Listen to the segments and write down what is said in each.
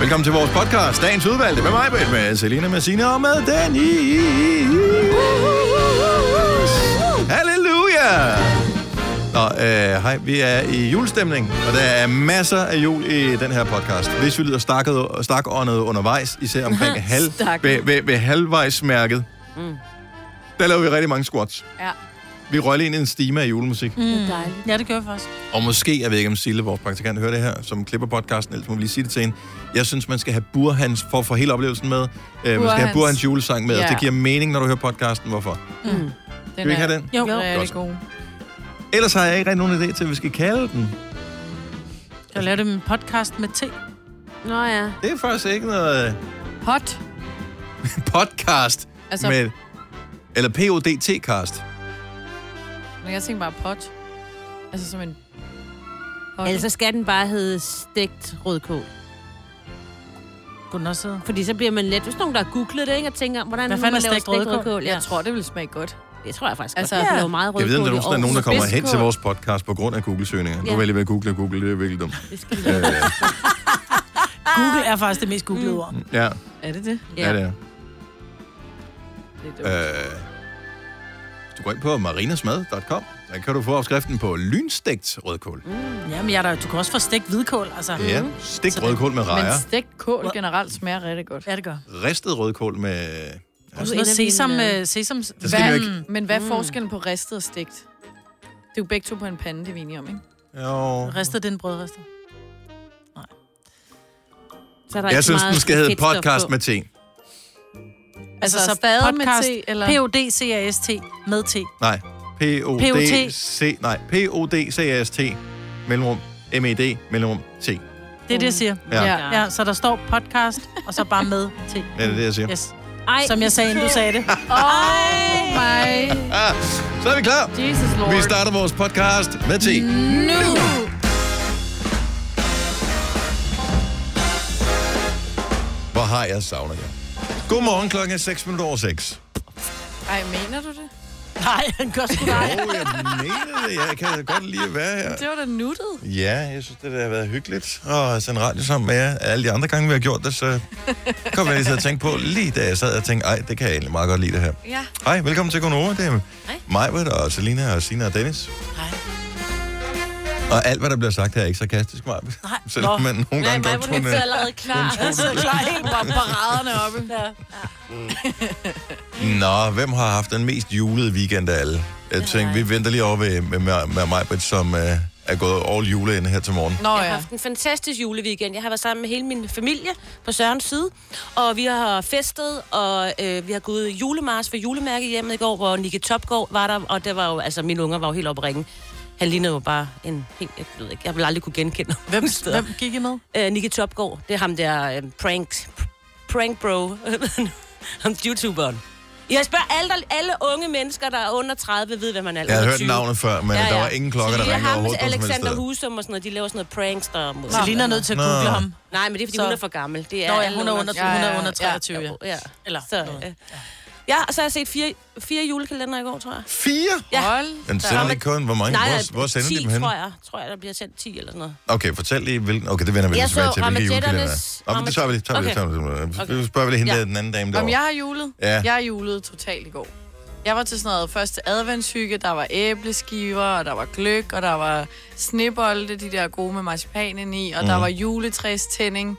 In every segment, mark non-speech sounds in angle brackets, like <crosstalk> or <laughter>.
Velkommen til vores podcast, Dagens Udvalgte, med mig, Britt, med Selina, med Signe og med Dennis. Halleluja! Nå, øh, hej, vi er i julestemning, og der er masser af jul i den her podcast. Hvis vi lyder stakket, stakåndet undervejs, især omkring halv, Stak. ved, ved, ved halvvejsmærket, Mm. der laver vi rigtig mange squats. Ja. Vi røg ind i en stime af julemusik. Mm. Det er dejligt. Mm. Ja, det gør jeg faktisk. Og måske, jeg ved ikke om Sille, vores praktikant, hører det her, som klipper podcasten, ellers må vi lige sige det til hende. Jeg synes, man skal have burhans for at få hele oplevelsen med. Øh, man skal have Burhans. burhans julesang med, ja. Ja. og det giver mening, når du hører podcasten. Hvorfor? Mm. Den Skal vi ikke have den? Jo, Jo. jo. er Godt. det god. Ellers har jeg ikke rigtig nogen idé til, hvad vi skal kalde den. Jeg lavede en podcast med te. Nå ja. Det er faktisk ikke noget øh, Pot. podcast altså... Altså- med... Eller PODT-cast. Men jeg tænker bare pot. Altså som en... Pot. Altså skal den bare hedde stegt rødkål. Kunne den også hedde? Fordi så bliver man let. Hvis nogen, der har googlet det, ikke, og tænker, hvordan Hvad man fanden laver er stegt stegt rødkål? rødkål. Ja. Jeg tror, det vil smage godt. Det tror jeg faktisk Altså, altså, godt. ja. Ja. laver meget Jeg rødkål ved, om der nogensinde er nogen, der kommer hen Spidskorn. til vores podcast på grund af Google-søgninger. Ja. Nu Ja. vælger vi at google og google, det er virkelig dumt. kommer Øh, Google er faktisk det mest googlede ord. ja, Mm. Er det det? ja, det er. Det er dumt. Øh, hvis du går ind på marinasmad.com, der kan du få opskriften på lynstegt rødkål. Mm. Jamen, jeg er der, du kan også få stegt hvidkål, altså. Ja, Så stegt det- rødkål med rejer, Men stegt kål generelt smager rigtig godt. Ja, det gør. ristet rødkål med... Og sådan noget sesam, øh, sesam... Så skal vi jo ikke... Mm. Men hvad er forskellen på ristet og stegt? Det er jo begge to på en pande, det er vi enige om, ikke? Jo. Ristet den brødrister. Jeg synes, den skal hedde podcast med te. Altså, så spade med podcast, te, eller... P-O-D-C-A-S-T med T. Nej. POD. P-O-D-C... Nej. P-O-D-C-A-S-T. Mellemrum. M-E-D. Mellemrum. T. Det er det, jeg siger. Ja. Mm. Ja. Ja, så der står podcast, og så bare med T. Er det det, jeg siger? Yes. Som jeg sagde, inden du sagde det. Oh my Ah, så er vi klar. Jesus Lord. Vi starter vores podcast med te. nu. Hvor har jeg savnet jer. Godmorgen, klokken er 6 minutter over 6. Ej, mener du det? Nej, han gør sgu nej. Åh, oh, jeg mener det. Jeg kan godt lide at være her. Det var da nuttet. Ja, jeg synes, det der har været hyggeligt at sende radio sammen med jer. Alle de andre gange, vi har gjort det, <laughs> så kom jeg lige til at tænke på, lige da jeg sad og tænkte, ej, det kan jeg egentlig meget godt lide det her. Ja. Hej, velkommen til Konoba. Det er Majbert og Selina og Sina og Dennis. Hej. Og alt, hvad der bliver sagt her, er ikke sarkastisk, Majbert. Nej. <laughs> Selvom Nå. man nogle gange godt tror, det. allerede klar. Så klar helt bare paraderne oppe. Nå, hvem har haft den mest julede weekend af alle? Jeg tænkte, vi venter lige over ved, med, med, med Majbert, som øh, er gået all jule ind her til morgen. Nå Jeg har ja. haft en fantastisk juleweekend. Jeg har været sammen med hele min familie på Sørens side, og vi har festet, og øh, vi har gået julemars for julemærke hjemme i går, hvor Nikke Topgaard var der, og det var jo, altså mine unger var jo helt oppe at ringe. Han lignede jo bare en helt, jeg ved ikke, jeg vil aldrig kunne genkende ham. Hvem, hvem gik I med? Øh, Nikke Topgaard, det er ham der øh, prank, prank bro, <laughs> ham youtuberen. Jeg spørger alle, alle unge mennesker, der er under 30, ved, hvem man er. Jeg har Under hørt 20. navnet før, men ja, ja. Altså, der var ingen klokker, Så der vi har ringede ham overhovedet. på til noget som helst Alexander sted. Husum og sådan noget, de laver sådan noget pranks, der... Mod. Selina er nødt til at Nå. google ham. Nej, men det er, fordi Så- så... hun er for gammel. Det er Nå ja, alle hun er under, ja, hun er ja, under ja. 23. Ja, Ja, Eller så, noget. øh. ja, og så har jeg set fire, fire julekalender i går, tror jeg. Fire? Ja. Hold Den da sender op. ikke kun, hvor mange? hvor, hvor sender 10, de dem hen? tror jeg. Tror jeg, der bliver sendt 10 eller sådan noget. Okay, fortæl lige, hvilken... Okay, det vender vi lige Jeg tilbage så til, hvilke julekalender det Ramazzetternes- er. Nå, men det tager vi lige, tager vi lige, Okay. tager vi lige. Okay. Okay. Vi spørger vi lige hende Ja. der, den anden dame Om derovre. jeg har julet? Ja. Jeg har julet totalt i går. Jeg var til sådan noget første adventshygge, der var æbleskiver, og der var gløk, og der var snebolde, de der gode med marcipanen i, og der Mhm. var juletræstænding.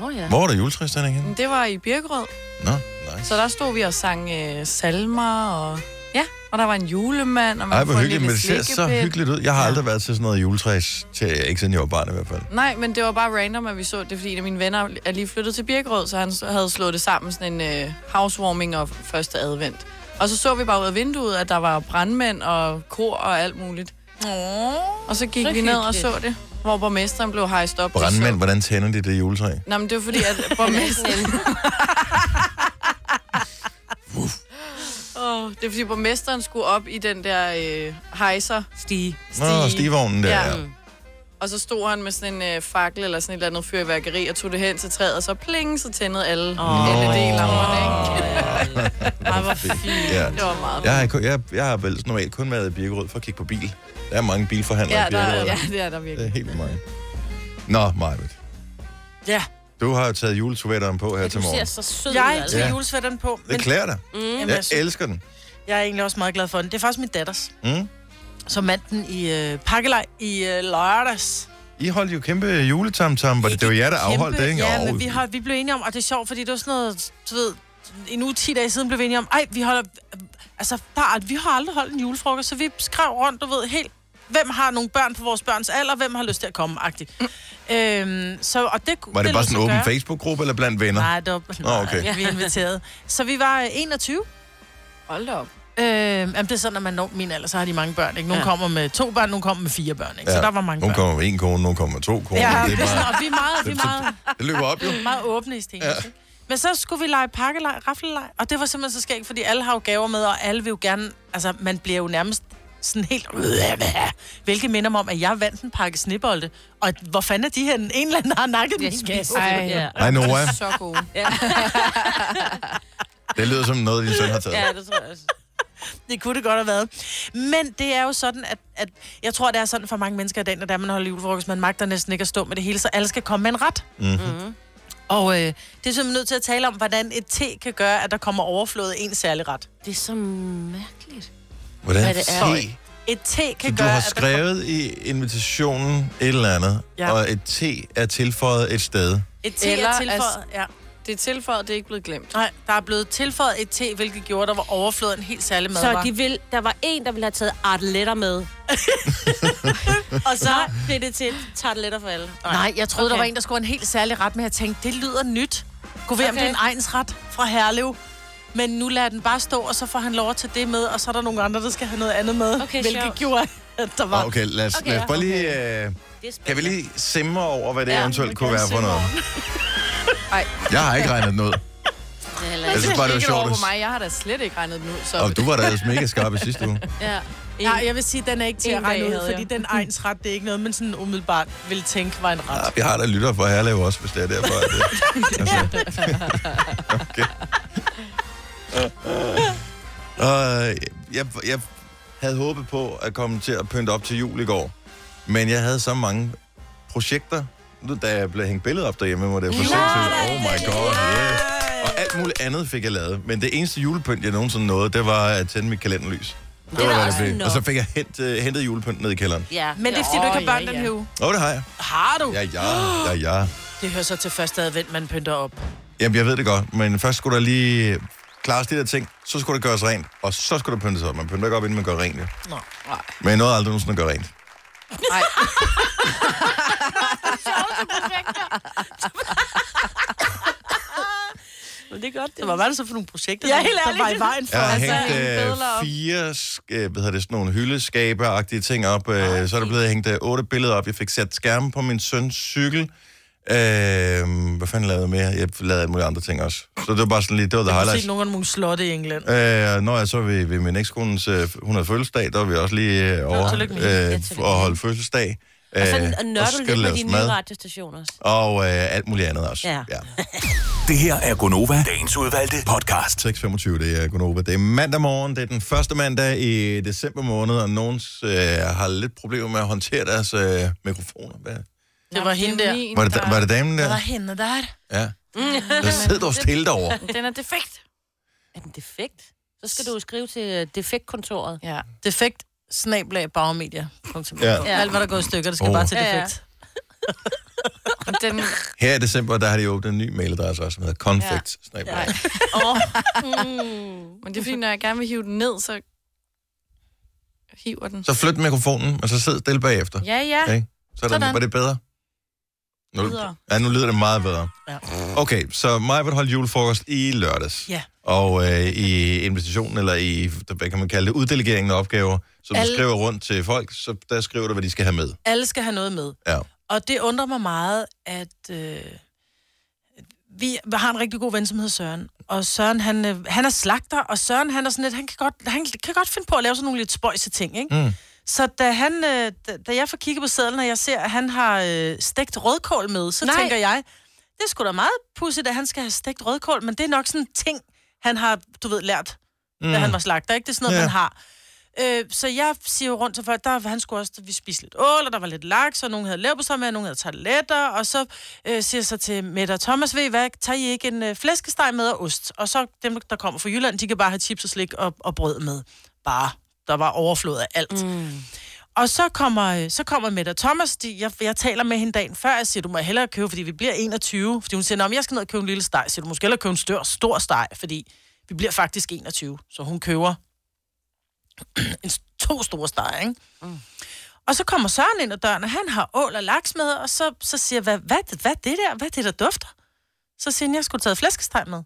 Åh oh, ja. Hvor er der juletræstænding henne? Det var i Birkerød, Nå, nice. så der stod vi og sang øh, salmer, og ja, og der var en julemand, og man Ej, kunne hvor få en hyggeligt, men lille det ser så slikkepind. hyggeligt ud. Jeg har aldrig været til sådan noget juletræs, til, ikke siden jeg var barn i hvert fald. Nej, men det var bare random, at vi så det, fordi en af mine venner er lige flyttet til Birkerød, så han s- havde slået det sammen, sådan en øh, housewarming og første advent. Og så så vi bare ud af vinduet, at der var brandmænd og kor og alt muligt. Og så gik så vi ned og så det, hvor borgmesteren blev hejst op. til Brandmænd, så- hvordan tænder de det juletræ? Nå, men det var fordi, at borgmesteren... oh, det er fordi, borgmesteren skulle op i den der øh, hejser. Stige. Nå, stivognen der. Ja. Mm. Ja. Og så stod han med sådan en øh, fakkel eller sådan et eller andet fyrværkeri og tog det hen til træet, og så pling, så tændede alle oh. LED-lamperne, ikke? Ej, hvor fint. ja. <laughs> Det var meget. Jeg har, kun- jeg, jeg har vel normalt kun været i Birkerød for at kigge på bil. Der er mange bilforhandlere Ja, i der, Birkerød. ja, det er der Det er virkelig. helt vildt mange. Nå, Marvitt. Ja, Du har jo taget juleturvætteren på her til Du ser morgen. så sød ud, Jeg altså. Ja. tager julesvætteren på. Det klæder dig. Jamen, Jeg jeg, synes- elsker den. jeg er egentlig også meget glad for den. Det er faktisk min datters, Mm. som vandt den i øh, pakkelej i øh, lørdags. I holdt jo kæmpe juletamtam, var det, det var jer, der afholdt det, ikke? Ja, Åh, men vi, har, vi blev enige om, og det er sjovt, fordi det var sådan noget, du ved, en uge 10 dage siden blev vi enige om, ej, vi holder, altså bare, vi har aldrig holdt en julefrokost, så vi skrev rundt, du ved, helt, hvem har nogle børn på vores børns alder, hvem har lyst til at komme, agtigt. Øhm, så, og det, Var det bare lod sådan sig en åben gøre. Facebook-gruppe eller blandt venner? Nej, det var, nej, okay. okay. vi inviterede. Så vi var øh, 21. Hold da op. Øh, jamen, det er sådan, når man når min alder, så har de mange børn. Ikke? Nogle ja. Ja. kommer med to børn, nogle kommer med fire børn. Ikke? Ja. Så Ja. der var mange Nogen børn. kommer med en kone, nogen kommer med to kroner. Ja, <laughs> det, det er er sådan, bare, og vi er meget, vi er meget, det løber <laughs> op jo. meget åbne i stenet. Ja. Men så skulle vi lege pakkelej, raffelej, og det var simpelthen så skægt, fordi alle har jo gaver med, og alle vil jo gerne, altså man bliver jo nærmest sådan helt, hvilket minder mig om, at jeg vandt en pakke snibolde, og at- hvor fanden er de her? En eller anden har nakket min <laughs> gas. Ej. Ja. Hej Nora, Så gode. det lyder som noget, din søn har taget. ja, det tror jeg <laughs> også. Det kunne det godt have været. Men det er jo sådan, at, at jeg tror, det er sådan for mange mennesker i dag, når det er, man holder julefrokost, man magter næsten ikke at stå med det hele, så alle skal komme med en ret. Mhm. Og øh, det er simpelthen nødt til at tale om, hvordan et te kan gøre, at der kommer overflod af en særlig ret. Det er så mærkeligt. Hvordan Hvad det er. te? Et te kan Så du gøre, har at der kommer... skrevet i invitationen et eller andet, Ja. og et te er tilføjet et sted. Et te Eller er as- tilføjet, ja. Det er tilføjet, det er ikke blevet glemt. Nej, der er blevet tilføjet et te, hvilket gjorde, at der var overflod af en helt særlig Så madvare. de vil, der var en, der ville have taget <laughs> artletter med. og så blev det til tartletter for alle. Nej, jeg troede, okay. der Okay. var en, der skulle have en helt særlig ret, men jeg tænkte, det lyder nyt. Kunne være, okay. om det er en egensret fra Herlev. Men nu lader den bare stå, og så får han lov at tage det med, og så er der nogle andre, der skal have noget andet med. Okay, hvilket sjovt. gjorde, at der var... Ah, Okay, lad os, Okay, lad os ja, bare lige... Øh, Det er kan vi lige simre over, hvad det ja, Ja, eventuelt vi kunne kan være for simre noget? Ej. Jeg har ikke regnet den ud. spændende. Eller- Jeg synes bare, det var Ikke sjovt. over på at- mig. Jeg har da slet ikke regnet den ud, så... Og du var da ellers mega skarp i sidste uge. Ja. Ja, jeg vil sige, at den er ikke til En at regne dag ud, havde fordi jeg. den egensret, det er ikke noget, man sådan umiddelbart ville tænke var en ret. Ah, vi har da lytter for Herlev også, hvis det er derfor. At, øh, <laughs> altså. okay. Og øh, jeg, jeg havde håbet på at komme til at pynte op til jul i går, men jeg havde så mange projekter, Nu, da jeg blev hængt billeder op derhjemme, hvor det var for sindssygt. Oh my god, yes. Og alt muligt andet fik jeg lavet, men det eneste julepynt, jeg nogensinde nåede, det var at tænde mit kalenderlys. Det, er var, da hvad det også blev. nok. Og så fik jeg hent, øh, hentet julepynt ned i kælderen. Ja. Men det er, fordi du ikke har børn ja, den ja. her uge. Åh, oh, det har jeg. Har du? Ja, ja, ja, ja. Det hører så til første advent, man pynter op. Jamen, jeg ved det godt, men først skulle der lige klares de der ting, så skulle der gøres rent, og så skulle der pyntes op. Man pynter ikke op, inden man gør rent. jo. Nå. Men jeg nåede aldrig nogensinde at gøre rent. Nej. Men det er godt. Det Hvad var det så for nogle projekter, Ja, der, helt der ærligt. var i vejen for? Jeg har Altså, hængt hænge øh, billeder op. fire sk- øh, hvad hedder det, sådan nogle hyldeskaber-agtige ting op. Øh, så er der blevet hængt øh, otte billeder op. Jeg fik sat skærmen på min søns cykel. Øh, hvad fanden lavede jeg mere? Jeg lavede alle mulige andre ting også. Så det var bare sådan lige, det var the Jeg har highlights. set nogle af nogle slotte i England. Øh, når jeg så ved, ved min ekskones øh, 100 fødselsdag, der var vi også lige øh, over tillykke med øh, Ja, tillykke og med holde fødselsdag. Og så Øh, nørder du skal lidt med laves de nye radiostationer. Og øh, alt muligt andet også. Ja. Det her er Gonova, dagens udvalgte podcast. 6.25, det er Gunova. Det er mandag morgen, det er den første mandag i december måned, og nogen øh, har lidt problemer med at håndtere deres øh, mikrofoner. Hvad? Det var hende der. Var, det, da- var det damen Der der? var hende der. <laughs> Ja. Der sidder dog stille derovre. <laughs> Den er defekt. Er den defekt? Så skal du jo skrive til øh, defektkontoret. Ja. Defekt snablag bagmedia. Ja. Ja. Alt, hvad der går i stykker, det skal Oh. oh. bare til Ja, ja. defekt. Den, Her i december, der har de åbnet en ny mailadresse også, som hedder confect. Ja. oh. mm. Men det er fordi, når jeg gerne vil hive den ned, så hiver den. Så flyt mikrofonen, og så sid stille bagefter. Ja, ja. Okay? Så er der, Sådan. var det bedre? Nu, Bedre. ja, nu lyder det meget bedre. Ja. Okay, så mig vil holde julefrokost i lørdags. Ja. Og øh, i invitationen, eller i, hvad kan man kalde det, uddelegeringen af opgaver, som Alle... Alle- du skriver rundt til folk, så der skriver du, hvad de skal have med. Alle skal have noget med. Ja. Og det undrer mig meget, at øh, vi har en rigtig god ven, som hedder Søren. Og Søren, han, øh, han er slagter, og Søren, han er sådan lidt, han kan godt, han kan godt finde på at lave sådan nogle lidt spøjse ting, ikke? Mm. Så da, han, øh, da, da jeg får kigget på sædlen, og jeg ser, at han har øh, stegt rødkål med, så Nej. Nej. tænker jeg, det er sgu da meget pudsigt, at han skal have stegt rødkål, Mm. men det er nok sådan en ting, han har, du ved, lært, mm. da han var slagter, ikke? Det er sådan noget, Ja. man har. Øh, så jeg siger jo rundt til folk, der, han skulle også, vi spiste lidt ål, og der var lidt laks, og nogen havde leverpostej med, og nogen havde tarteletter, og så øh, siger jeg så til Mette og Thomas, ved I hvad, tager I ikke en øh, flæskesteg med og ost? Og så dem, der kommer fra Jylland, de kan bare have chips og slik og, og brød med. Bare. Der var overflod af alt. Mm. Og så kommer, øh, så kommer Mette og Thomas, de, jeg, jeg taler med hende dagen før, jeg siger, du må hellere købe, fordi vi bliver 21. Fordi hun siger, om jeg skal ned og købe en lille steg, så du måske hellere købe en stør, stor steg, fordi vi bliver faktisk 21. Så hun køber en, s- to store steger, ikke? Mm. Og så kommer Søren ind ad døren, og han har ål og laks med, og så, så siger jeg, hvad, hvad, hvad er det der? Hvad er det, der dufter? Så siger han, jeg skulle have taget flæskesteg med.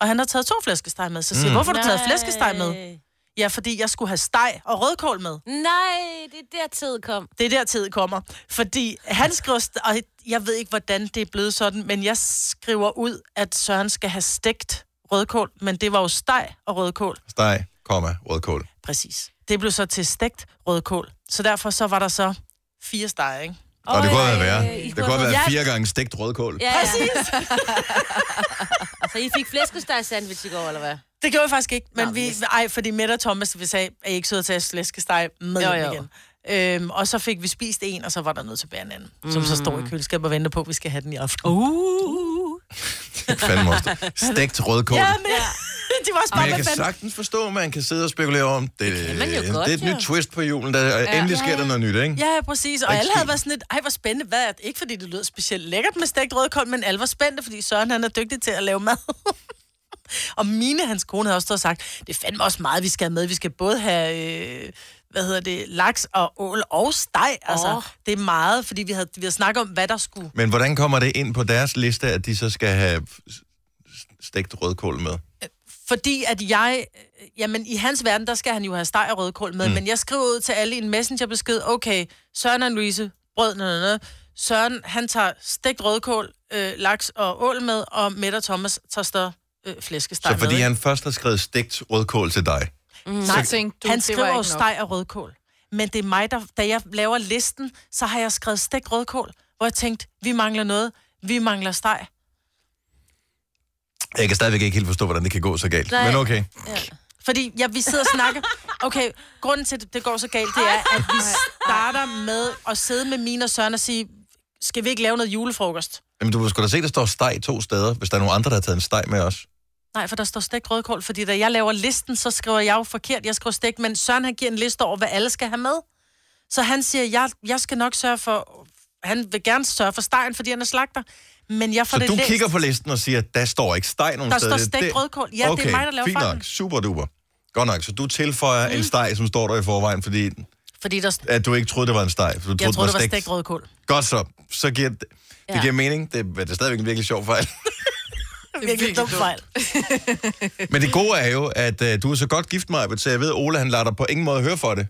Og han har taget to flæskesteg med. Så siger jeg, Mm. hvorfor har du taget flæskesteg med? Ja, fordi jeg skulle have steg og rødkål med. Nej, det er der tid kom. Det er der tid kommer. Fordi han skriver, st- og jeg ved ikke, hvordan det er blevet sådan, men jeg skriver ud, at Søren skal have stegt rødkål, men det var jo steg og rødkål. Steg, komma, rødkål. Præcis. Det blev så til stegt rødkål. Så derfor så var der så fire steger, ikke? Og det Øj, kunne have været øh, værre. I Det kunne kunne have have været fået- fire gange stegt rødkål. Ja, Præcis. Ja. <laughs> så I fik flæskesteg sandwich i går, eller hvad? Det gjorde jeg faktisk ikke, men Nå, vi, yes. ej, fordi Mette og Thomas, vi sagde, er I ikke søde at tage slæskesteg med Jo, jo, jo. jo. igen? Øhm, og så fik vi spist en, og så var der noget tilbage en anden, mm. som så står i køleskabet og venter på, at vi skal have den i aften. Uh. Fanden også. Stegt rødkål. Ja, men <laughs> de var også Men bare, jeg hvad kan fanden? sagtens forstå, at man kan sidde og spekulere om. Det, det, man jo det godt, er et nyt jo. twist på julen, der ja. endelig sker der noget nyt, ikke? Ja, ja, præcis. Og Ikke alle havde skidt. været sådan lidt, ej, hvor spændende. Hvad er det? Ikke fordi det lød specielt lækkert med stegt rødkål, men alle var spændte, fordi Søren han er dygtig til at lave mad. <laughs> og Mine, hans kone, havde også stået og sagt, det er fandme også meget, vi skal have med. Vi skal både have, øh, hvad hedder det, laks og ål og steg. Altså, Åh. det er meget, fordi vi havde, vi havde snakket om, hvad der skulle. Men hvordan kommer det ind på deres liste, at de så skal have s- s- stegt rødkål med? Fordi at jeg, øh, jamen i hans verden, der skal han jo have steg og rødkål med, mm. men jeg skriver ud til alle i en messengerbesked, okay, Søren og Louise, brød, noget, noget. Søren, han tager stegt rødkål, øh, laks og ål med, og Mette og Thomas tager større øh, flæskesteg Så fordi med. han først har skrevet stegt rødkål til dig. Nej, så tænkte du, han det var skriver jo ikke nok. steg og rødkål. Men det er mig, der, da jeg laver listen, så har jeg skrevet stegt rødkål, hvor jeg tænkte, vi mangler noget, vi mangler steg. Jeg kan stadigvæk ikke helt forstå, hvordan det kan gå så galt. Nej. Men okay. Fordi ja, vi sidder og snakker. Okay, grunden til, at det går så galt, det er, at vi starter med at sidde med mine og Søren og sige, skal vi ikke lave noget julefrokost? Jamen, du skulle da se, der står steg to steder, hvis der er nogen andre, der har taget en steg med os. Nej, for der står stegt rødkål, fordi da jeg laver listen, så skriver jeg jo forkert, jeg skriver stegt, men Søren han giver en liste over, hvad alle skal have med. Så han siger, jeg, jeg skal nok sørge for, han vil gerne sørge for stegen, fordi han er slagter. Men jeg får Så det du læst. kigger på listen og siger, der står ikke steg nogen Der steder. står Det- stegt det- rødkål. Ja, det er okay, mig, der laver fint fejlen. nok. Super duper. Godt nok. Så du tilføjer mm. en steg, som står der i forvejen, fordi Fordi der, st- at du ikke troede, det var en steg. for Du troede, jeg tror, det var stegt. stegt rødkål. Godt så. Så giver det, det giver mening. Det, men det er stadigvæk en virkelig sjov fejl. Det er virkelig dumt fejl. Men det gode er jo, at øh, du er så godt gift, Maja, så jeg ved, Ole, han lader dig på ingen måde høre for det.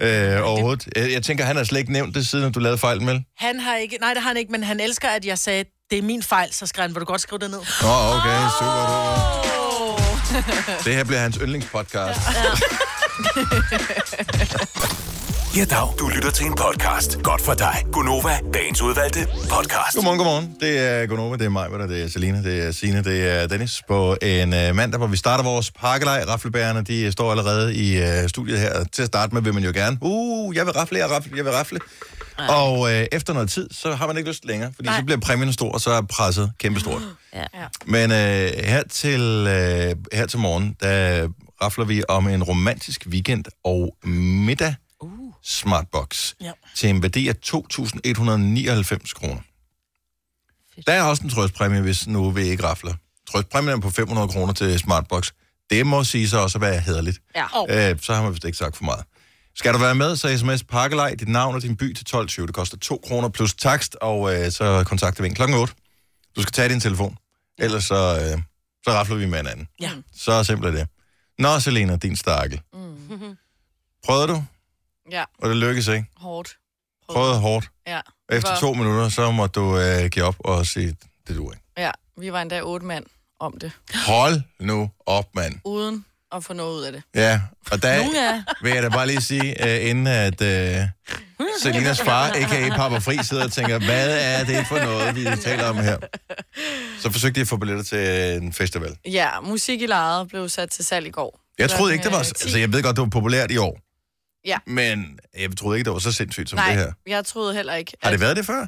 Øh, overhovedet. Jeg, jeg tænker, han har slet ikke nævnt det, siden at du lavede fejlen, vel? Han har ikke, nej, det har han ikke, men han elsker, at jeg sagde, det er min fejl, så skrev han, vil du godt skrive det ned? Åh, oh, okay. Super, super. Det her bliver hans yndlingspodcast. Ja, dag. Du lytter til en podcast. Godt for dig. Gunova, dagens udvalgte podcast. Godmorgen, godmorgen. Det er Gunova, det er mig, det er Selina, det er Sine, det er Dennis på en øh, mandag, hvor vi starter vores pakkelej. Raflebærerne, de øh, står allerede i øh, studiet her. Til at starte med vil man jo gerne, uh, jeg vil rafle, jeg, rafle, jeg vil rafle. Og øh, efter noget tid, så har man ikke lyst længere, fordi så bliver præmien stor, og så er presset kæmpestort. Ja. Men øh, her, til, øh, her til morgen, der rafler vi om en romantisk weekend og middag uh. smartbox Ja. til en værdi af 2.199 kroner. Der er også en trøstpræmie, hvis nu vi ikke rafler. Trøstpræmien er på 500 kroner til smartbox. Det må sige sig også at være hederligt. Ja. Øh, så har man vist ikke sagt for meget. Skal du være med, så sms pakkelej, dit navn og din by til 12.20. Det koster 2 kroner plus takst, og øh, så kontakter vi en klokken 8. Du skal tage din telefon, ellers så, øh, så rafler vi med hinanden. Ja. Så simpelt er det. Nå, Selena, din stakkel. Mm. Prøvede du, Ja, og det lykkedes ikke. hårdt. Prøvede hårdt. Ja. Og Efter Hvor- to minutter, så måtte du øh, give op og sige, det duer ikke. Ja, vi var endda otte mand om det, Hold nu op, mand. uden at få noget ud af det. Ja, og der Nogle af- vil jeg da bare lige sige, uh, inden at uh, Selinas far, a.k.a. Papa Fri, sidder og tænker, hvad er det for noget, vi taler om her? Så forsøgte jeg at få billetter til øh, en festival. Ja, musik i lejet blev sat til salg i går. Jeg troede Klokken, ikke, det var... øh, 10. Altså, jeg ved godt, det var populært i år. Ja. Men jeg troede ikke, det var så sindssygt som Nej, det her. jeg troede heller ikke. Har det at- været det før?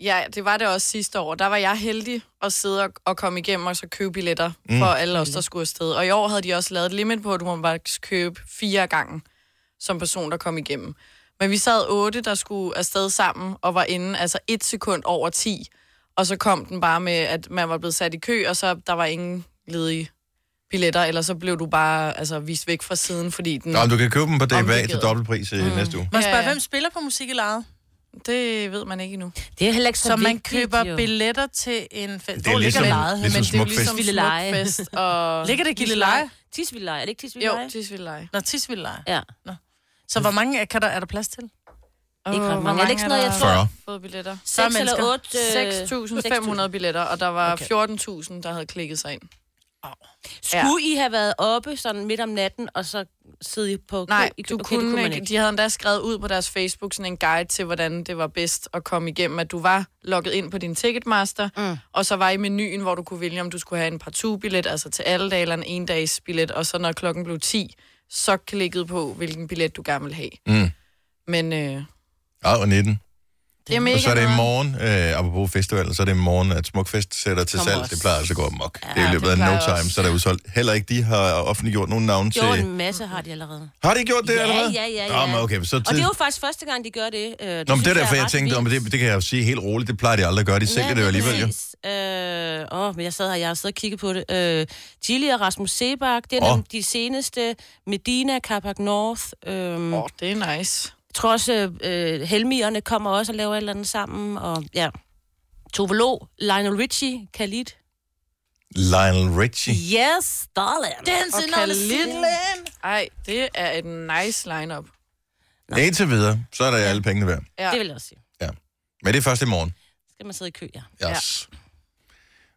Ja, det var det også sidste år. Der var jeg heldig at sidde og, og komme igennem og så købe billetter Mm. mm. for alle os, der skulle afsted. Og i år havde de også lavet et limit på, at du må faktisk købe fire gange som person, der kom igennem. Men vi sad otte, der skulle afsted sammen og var inde altså et sekund over ti. Og så kom den bare med, at man var blevet sat i kø, og så der var ingen ledige billetter, eller så blev du bare altså, vist væk fra siden, fordi den... Nå, men du kan købe dem på DBA til Omdirigeret. dobbeltpris mm. næste uge. Må jeg Ja, spørge, ja. hvem spiller på musik i lejet? Det ved man ikke endnu. Det er heller ikke så, Så man vigtigt, køber jo. billetter til en fest. Det er Hvor ligger ligesom- lejet? ligesom Men det er jo Smukfest. ligesom- Gilleleje. Smukfest og... Ligger det i Gilleleje? Tisvildeleje, er det ikke Jo, tisvildeleje? Tisvildeleje. Nå, Tisvildeleje. Ja. Så hvor mange er, kan der, er der plads til? Åh, Ikke ret hvor mange. Er det ikke sådan noget, jeg tror? 40. fået billetter? er 6 eller øh, mennesker. 8... 6.500 billetter, og der var Okay. 14.000, der havde klikket sig ind. Skulle I have været oppe sådan midt om natten, og så sidde I på... Nej, i kø- du okay, kunne, det kunne man ikke. De havde endda skrevet ud på deres Facebook sådan en guide til, hvordan det var bedst at komme igennem, at du var logget ind på din Ticketmaster, mm. og så var i menuen, hvor du kunne vælge, om du skulle have en partout-billet, altså til alle dage, eller en endagsbillet, og så når klokken blev 10, så klikkede på, hvilken billet du gerne ville have. Mm. Men øh, det Ja, og 19. er mega Og så er det i nederen. morgen, øh, apropos festivalen, så er det i morgen, at Smukfest sætter til Kommer salg. også. Det plejer altså at gå amok. Ja, det er i det løbet af no plejer time, også. så er der udsolgt. Heller ikke de har offentliggjort nogen navn Jo, til... en masse har de allerede. Har de gjort det Ja, allerede? ja, ja, Nå, ja. men okay, så Og tid... det er jo faktisk første gang, de gør det. Nå, Øh, det men synes det er derfor, er jeg ret tænkte, om vildt. det, det kan jeg jo sige helt roligt, det plejer de aldrig at gøre. De sælger det jo alligevel, jo. præcis. Øh, åh, men jeg sad her, jeg har siddet og kigget på det. Øh, Gilly og Rasmus Sebak, det er Åh. oh. de seneste. Medina, Carpac North. Øh, Åh, det er nice. Jeg tror også, øh, Helmierne kommer også og laver et eller andet sammen. Og, ja. Tovolo, Lionel Richie, Khalid. Lionel Richie. Yes, darling. Og Khalid. Ej, det er et nice lineup. Ja, Indtil videre, så er der alle pengene værd. Ja. Det vil jeg også sige. Men det er først i morgen. Skal man sidde i kø, ja. Yes.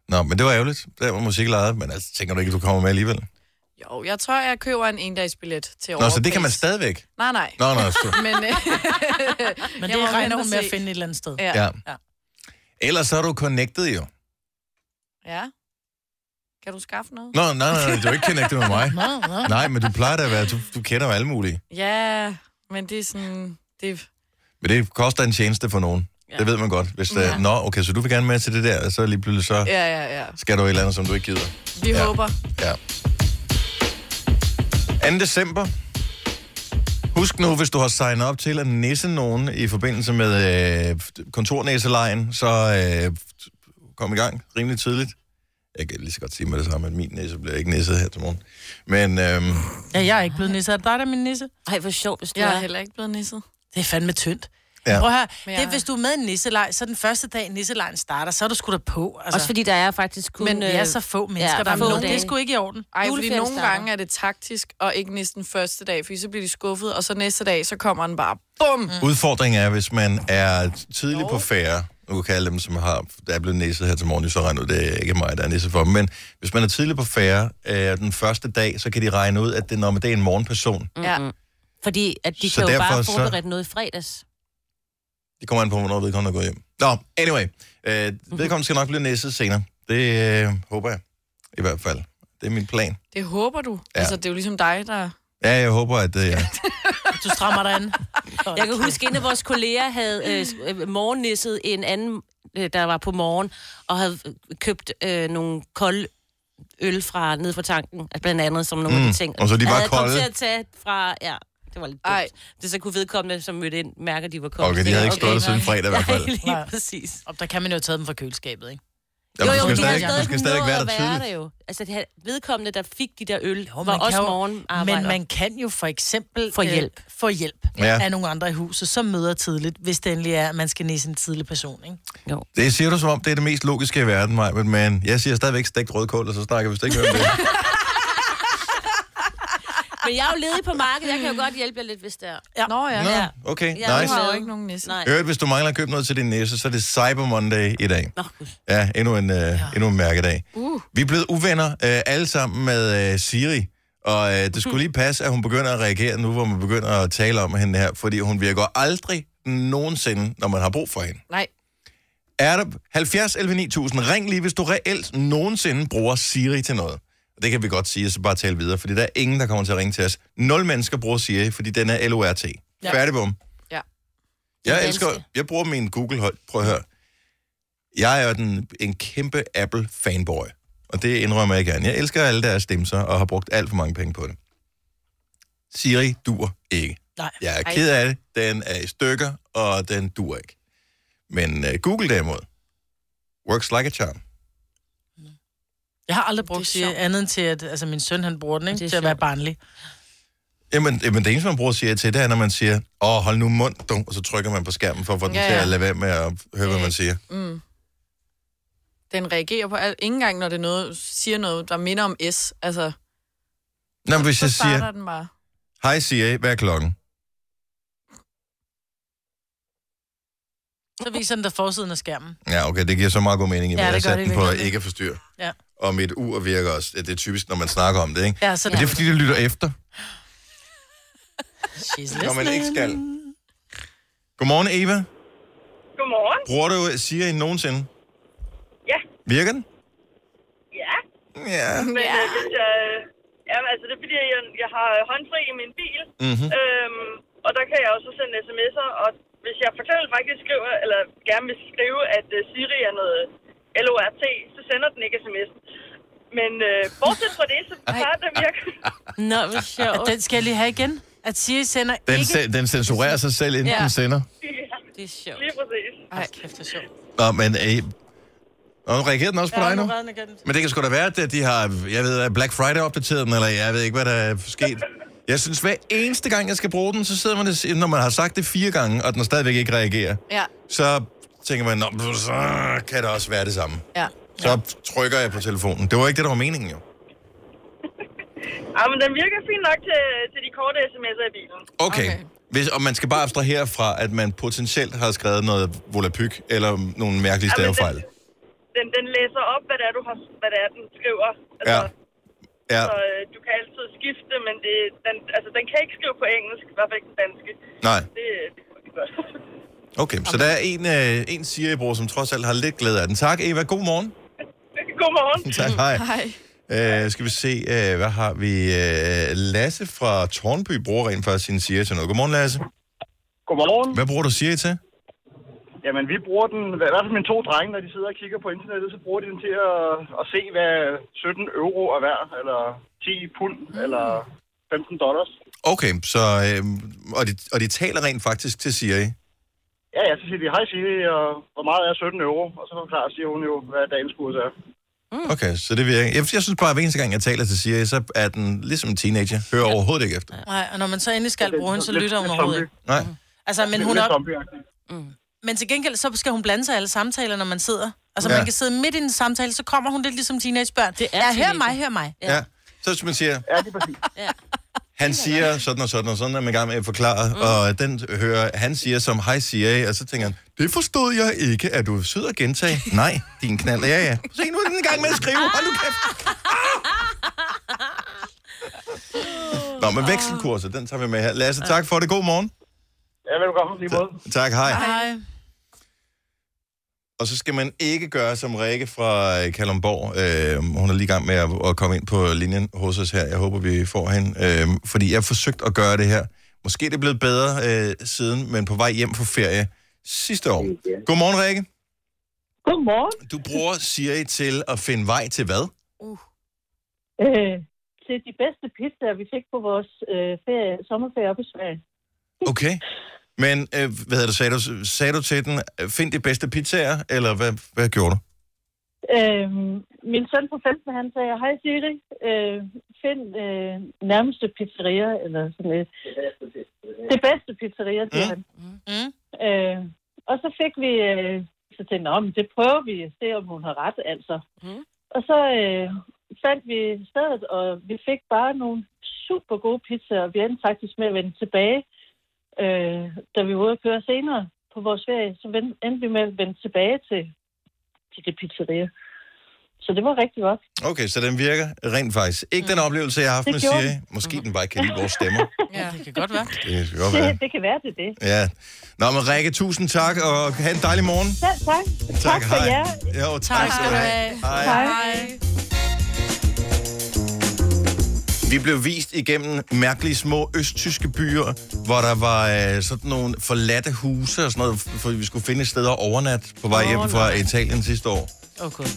Nå, men det var ærgerligt. Det var musik lejet, men altså, tænker du ikke, du kommer med alligevel? Jo, jeg tror, jeg køber en endagsbillet til Nå, overpris. så det kan man stadigvæk. Nej, nej. Nå, nå, så. <laughs> Men, øh, <laughs> Men Jeg det må regner vente hun og med at se. finde et eller andet sted. ja. Ja. ja. Ellers så er du connected jo. ja. Kan du skaffe noget? Nå, nej, nej, nej, du er ikke connected med <laughs> mig. Nå, nå. Nej, men du plejer da at være, du, du kender jo alle mulige. Ja, men det er sådan... Det, Men det koster en tjeneste for nogen. Ja. Det ved man godt. Hvis det, ja. Nå, okay, så du vil gerne med til det der, og så lige pludselig så ja, ja, ja. skal du et eller andet, som du ikke gider. Vi Ja. ja. håber. Ja. 2. december. Husk nu, hvis du har signet op til at nisse nogen i forbindelse med øh, kontornæselejen, så øh, kom i gang rimelig tidligt. Jeg kan lige så godt sige med det samme, at min næse bliver ikke nisset her til morgen. Men øhm, Ja, jeg er ikke blevet nisse. Er det dig, der er min nisse? Ej, hvor sjovt, hvis du Jeg er er. heller ikke blevet nisset. Det er fandme tyndt. Ja. Ja. Prøv at høre, Men det, er, jeg- hvis du er med i en nisselej, så den første dag, nisselejen starter, så er du sgu da på. Altså. Også fordi der er faktisk kun... men vi er øh, så få mennesker, ja, ja, der er få nogen. dage. Det er sgu ikke i orden. Ej, fordi Juleferien nogle starter. gange er det taktisk, og ikke næsten første dag, fordi så bliver de skuffet, og så næste dag, så kommer den bare, bum! Mm. udfordringen er, hvis man er tidlig på færre, nu kan jeg kalde dem, som har, der er blevet næset her til morgen, så regner ud, det er ikke mig, der er næset for dem, men hvis man er tidlig på færre øh, den første dag, så kan de regne ud, at det, når man, det er en morgenperson. Ja. mm, Fordi at de Så kan jo derfor bare så- forberede noget i fredags. Det kommer an på, hvornår vedkommende er gået hjem. Nå, anyway. Øh, vedkommende skal nok blive næsset senere. Det øh, håber jeg. I hvert fald. Det er min plan. Det håber du. Ja. Ja. Altså, det er jo ligesom dig, der... Ja, jeg håber, <laughs> at... Øh, ja. Du strammer dig <laughs> an. Jeg kan huske, en af vores kolleger havde øh, s- øh, morgennisset en anden, øh, der var på morgen, og havde øh, købt øh, nogle kolde øl fra ned fra tanken, altså blandt andet som nogle af Mm, de ting. og så de var Jeg havde kommet kolde. til at tage fra, ja, det var lidt Ej. dumt. Det så kunne vedkommende, som mødte ind, mærke, at de var kolde. Okay, de havde ikke stået der så siden fredag i hvert <laughs> fald. Nej, lige Nej. præcis. Og der kan man jo tage dem fra køleskabet, ikke? Jamen, du jo, skal jo, de havde stadig, stadig, du skal stadig nået være at der tidligt. der jo. Altså, det her, vedkommende, der fik de der øl, jo, man var kan også jo- morgenarbejder. Men man kan jo for eksempel... Få hjælp. Øh, få hjælp Ja. ja. af nogle andre i huset, som møder tidligt, hvis det endelig er, at man skal næse en tidlig person, ikke? Det siger du som om, det er det mest logiske i verden, Maj, men jeg siger stadigvæk stegt rødkål, og så snakker vi ikke om det. Men jeg er jo ledig på markedet, jeg kan jo godt hjælpe jer lidt, hvis det er. <laughs> Ja. Nå <laughs> ja, ja. Nå, okay, Jeg er nice. Der er jo ikke nogen nisse. Nej. Øvrigt, hvis du mangler at købe noget til din næse, så er det Cyber Monday i dag. Nå, gud. Ja, endnu en, øh, ja. endnu en mærkedag. Uh. Vi er blevet uvenner øh, alle sammen med øh, Siri, og øh, det Mhm. skulle lige passe, at hun begynder at reagere nu, hvor man begynder at tale om hende her, fordi hun virker aldrig nogensinde, når man har brug for hende. Nej. Er der 70 11 9000? Ring lige, hvis du reelt nogensinde bruger Siri til noget. Og det kan vi godt sige, og så bare tale videre, fordi der er ingen, der kommer til at ringe til os. Nul mennesker bruger Siri, fordi den er LORT. Ja. Ja. Færdig bum. Ja. Jeg Danske. elsker, jeg bruger min Google, hold- prøv at høre. Jeg er den, en kæmpe Apple-fanboy, og det indrømmer jeg gerne. Jeg elsker alle deres stemser, og har brugt alt for mange penge på det. Siri dur ikke. Nej. Jeg er ked af det. Den er i stykker, og den dur ikke. Men uh, Google derimod, works like a charm. Jeg har aldrig brugt Det er Siri sjovt. andet end til, at altså, min søn han bruger den, ikke? Det til er at være sjovt. barnlig. Jamen, jamen, det eneste, man bruger Siri til, det er, når man siger, åh, hold nu mund, dum, og så trykker man på skærmen for at få den Ja, til ja. at lade være med at høre, hvad man siger. Mm. Den reagerer på alt. Ingen engang, når det er noget, siger noget, der minder om S. Altså, Nå, men hvis så jeg starter siger, den bare. hej Siri, hvad er klokken? Så viser den der forsiden af skærmen. Ja, okay, det giver så meget god mening, at Ja, ja, det jeg gør satte det den på virkelig. ikke at forstyrre. Ja. Og mit ur virker også. Det er typisk, når man snakker om det, ikke? Ja, så Men det er, fordi det lytter efter, She's når man listening. ikke skal. Godmorgen, Eva. Godmorgen. Bruger du Siri nogensinde? Ja. Virker den? Ja, Ja. men ja. Øh, hvis jeg, jamen, altså, det er fordi, jeg, jeg har håndfri i min bil, Mm-hmm. øhm, og der kan jeg også sende sms'er, og hvis jeg for eksempel faktisk skriver, eller gerne vil skrive, at øh, Siri er noget LORT, så sender den ikke sms'en. Men øh, bortset fra det, så plejer det at virke. Nå, hvor sjovt. Den skal jeg lige have igen. At Siri sender Den, ikke... se- den censurerer sig selv, inden ja. Ja. den sender. Ja, Det er sjovt. <laughs> lige præcis. Ej, kæft, det er sjovt. Nå, men øh, og reagerer den også på dig nu? redden igen. Men det kan sgu da være, at øh, de har, jeg ved, at Black Friday opdateret den, eller jeg ved ikke, hvad der er sket. Jeg synes, hver eneste gang, jeg skal bruge den, så sidder man, det, når man har sagt det fire gange, og den stadigvæk ikke reagerer, Ja, så tænker man, Nå, men så kan det også være det samme. ja. Så trykker jeg på telefonen. Det var ikke det, der var meningen, jo. Ja, men den virker fint nok til, til de korte sms'er i bilen. Okay. Okay. Hvis, og man skal bare abstrahere fra, at man potentielt har skrevet noget volapyk, eller nogle mærkelige Ja, men det- stavefejl. Den, den læser op, hvad det er, du har, hvad det er den skriver. Altså, Ja. Ja, Så øh, du kan altid skifte, men det, den, altså, den kan ikke skrive på engelsk, i hvert fald ikke den danske. nej. Det, øh, det kunne ikke godt. <laughs> Okay, så der er en, øh, en Siri-bruger, som trods alt har lidt glæde af den. Tak, Eva. God morgen. Godmorgen. Tak, hej. Hej. Øh, skal vi se, øh, hvad har vi? Øh, Lasse fra Tornby bruger rent faktisk sin Siri til noget. Godmorgen, Lasse. Godmorgen. Hvad bruger du Siri til? Jamen, vi bruger den, i hvert fald mine to drenge, når de sidder og kigger på internettet, så bruger de den til at, at se, hvad 17 euro er værd, eller 10 pund, mm. eller 15 dollars. Okay, så, øh, og, de, og de taler rent faktisk til Siri. Ja, ja, så siger de, hej Siri, og hvor meget er 17 euro? Og så forklarer siger hun jo, hvad dagens kurs er. Okay, så det virker. Jeg, jeg synes bare, at hver eneste gang, jeg taler til Siri, så er den ligesom en teenager. Hører overhovedet ikke efter. Nej, og når man så endelig skal bruge hende, så lytter hun Lidt overhovedet ikke. zombie. Nej. Altså, men, Lidt- hun lidt op, zombieagtigt. men til gengæld, så skal hun blande sig i alle samtaler, når man sidder. Altså, Ja. man kan sidde midt i en samtale, så kommer hun lidt ligesom teenagebørn. Det er ja, hør teenager. mig, hør mig. Ja. Så hvis man siger, Ja, det er præcis. han siger sådan og sådan og sådan, er man i gang med at forklare, mm. og den hører, han siger som, hej Siri, og så tænker han, det forstod jeg ikke, er du sød at gentage? <laughs> Nej, din knald, ja ja. Se, nu er den i gang med at skrive, hold nu kæft. <laughs> Ah! Nå, men vekselkurset, den tager vi med her. Lasse, tak for det. God morgen. Ja, velkommen lige måde. Tak, hej. Hej. Og så skal man ikke gøre som Rikke fra øh, Kalundborg. Øh, hun er lige i gang med at, at komme ind på linjen hos os her. Jeg håber, vi får hende. Øh, fordi jeg har forsøgt at gøre det her. Måske er det blevet bedre øh, siden, men på vej hjem fra ferie sidste år. Godmorgen, Rikke. Godmorgen. Du bruger Siri til at finde vej til hvad? Øh, til de bedste pizzaer, vi fik på vores øh, ferie, sommerferie oppe i Sverige. Okay. Men øh, hvad hedder det, sagde, du, sagde du til den, øh, find de bedste pizzaer, eller hvad, hvad gjorde du? Øh, min søn på 15, han sagde, hej Siri, øh, find øh, nærmeste pizzeria, eller sådan et. Det bedste pizzeria, siger Mm. mm. han. Mm. Øh, og så fik vi, øh, så tænkte jeg, "Nå, men det prøver vi at se, om hun har ret, altså. Mm. Mm. Og så øh, fandt vi stedet, og vi fik bare nogle super gode pizzaer, og vi endte faktisk med at vende tilbage, øh, da vi var ude at køre senere på vores ferie, så ven- endte vi med at vende tilbage til, til det pizzeria. Så det var rigtig godt. Okay, så den virker rent faktisk. Ikke den oplevelse, jeg har haft Mm. Det med gjorde Siri. Måske den bare ikke kan lide vores stemmer. ja. Det kan godt være. Det kan godt være. <laughs> Det, det kan være til det. Ja. Nå, men Rikke, tusind tak, og have en dejlig morgen. Ja, tak. tak for hej. jer. Jo, tak, Tak skal du have. Hej. Hej. Hej. Vi blev vist igennem mærkelige små østtyske byer, hvor der var øh, sådan nogle forladte huse og sådan noget, for vi skulle finde et sted at overnatte på vej hjem fra Italien sidste år. Okay.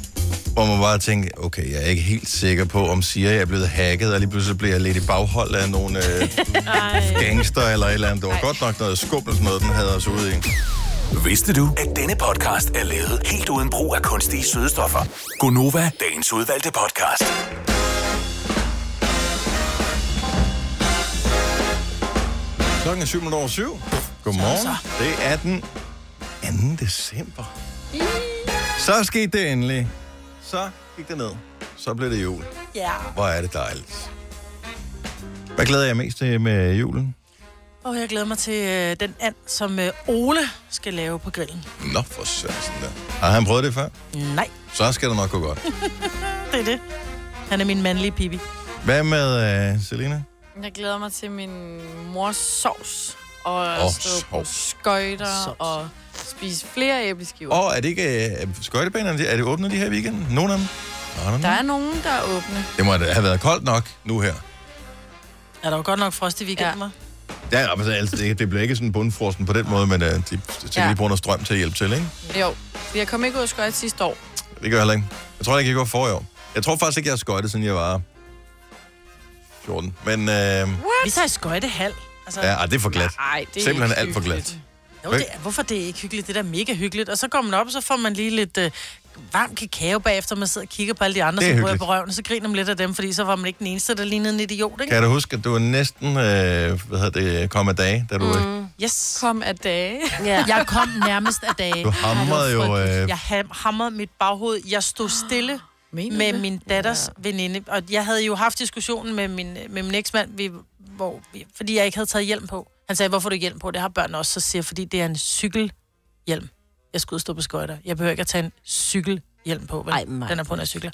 Hvor man bare tænkte, okay, jeg er ikke helt sikker på, om Siri er blevet hacket, og lige pludselig bliver jeg lidt i baghold af nogle øh, gangster eller et eller andet. Det var godt nok noget skummelt noget, den havde os ude i. Vidste du, at denne podcast er lavet helt uden brug af kunstige sødestoffer? Gonova, dagens udvalgte podcast. Klokken er 7 over 7. Godmorgen. Det er den 2. december. Så skete det endelig. Så gik det ned. Så blev det jul. Ja. Hvor er det dejligt. Hvad glæder jeg mest til med julen? Og jeg glæder mig til øh, den and, som øh, Ole skal lave på grillen. Nå, for sørensen der. Har han prøvet det før? Nej, Så skal det nok gå godt. det er det. Han er min mandlige pibi. Hvad med uh, Selina? Jeg glæder mig til min mors sovs. Og at Åh, stå på sovs. skøjter Sovs. og spise flere æbleskiver. Og er det ikke uh, skøjtebanerne? Er det åbnet de her i weekenden? Nogle af dem? Nå, nå, Der nå. er nogen, der er åbne. Det må da have været koldt nok nu her. Er der jo godt nok frost i weekenden, Ja. ja. Ja, men altså, det, det bliver ikke sådan bundfrosten på den måde, men uh, de, de, de, Ja. de bruger noget strøm til at hjælpe til, ikke? Jo, jeg kom ikke ud og skøjte sidste år. Det gør jeg heller ikke. Jeg tror ikke, jeg går for i år. Jeg tror faktisk ikke, jeg har skøjtet, siden jeg var 14. Men øh, ja, Vi tager i skøjtehal. Altså, ej, det er for glat. Nej, det er Simpelthen ikke alt for hyggeligt. jo, det er, hvorfor det er ikke hyggeligt? Det er da mega hyggeligt. Og så kommer man op, og så får man lige lidt øh, varm kakao bagefter, man sidder og kigger på alle de andre, Det er som bor hyggeligt. på røven, og så griner man lidt af dem, fordi så var man ikke den eneste, der lignede en idiot, ikke? Kan du huske, at du var næsten øh, hvad hedder det, kom af dage, da du, mm. Yes. Kom af dage. Ja. Jeg kom nærmest af dage. du hamrede jo... Øh, Jeg ham- hamrede mit baghoved. Jeg stod stille Mener med du det? min datters ja. veninde. Og jeg havde jo haft diskussionen med min, med min eksmand, vi, hvor, vi- fordi jeg ikke havde taget hjelm på. Han sagde, hvorfor har du ikke hjelm på? Det har børn også. Så siger jeg, fordi det er en cykelhjelm. Jeg skulle ud og stå på skøjter. Jeg behøver ikke at tage en cykelhjelm på. Vel? Ej, Den nej. er på, når jeg cykler.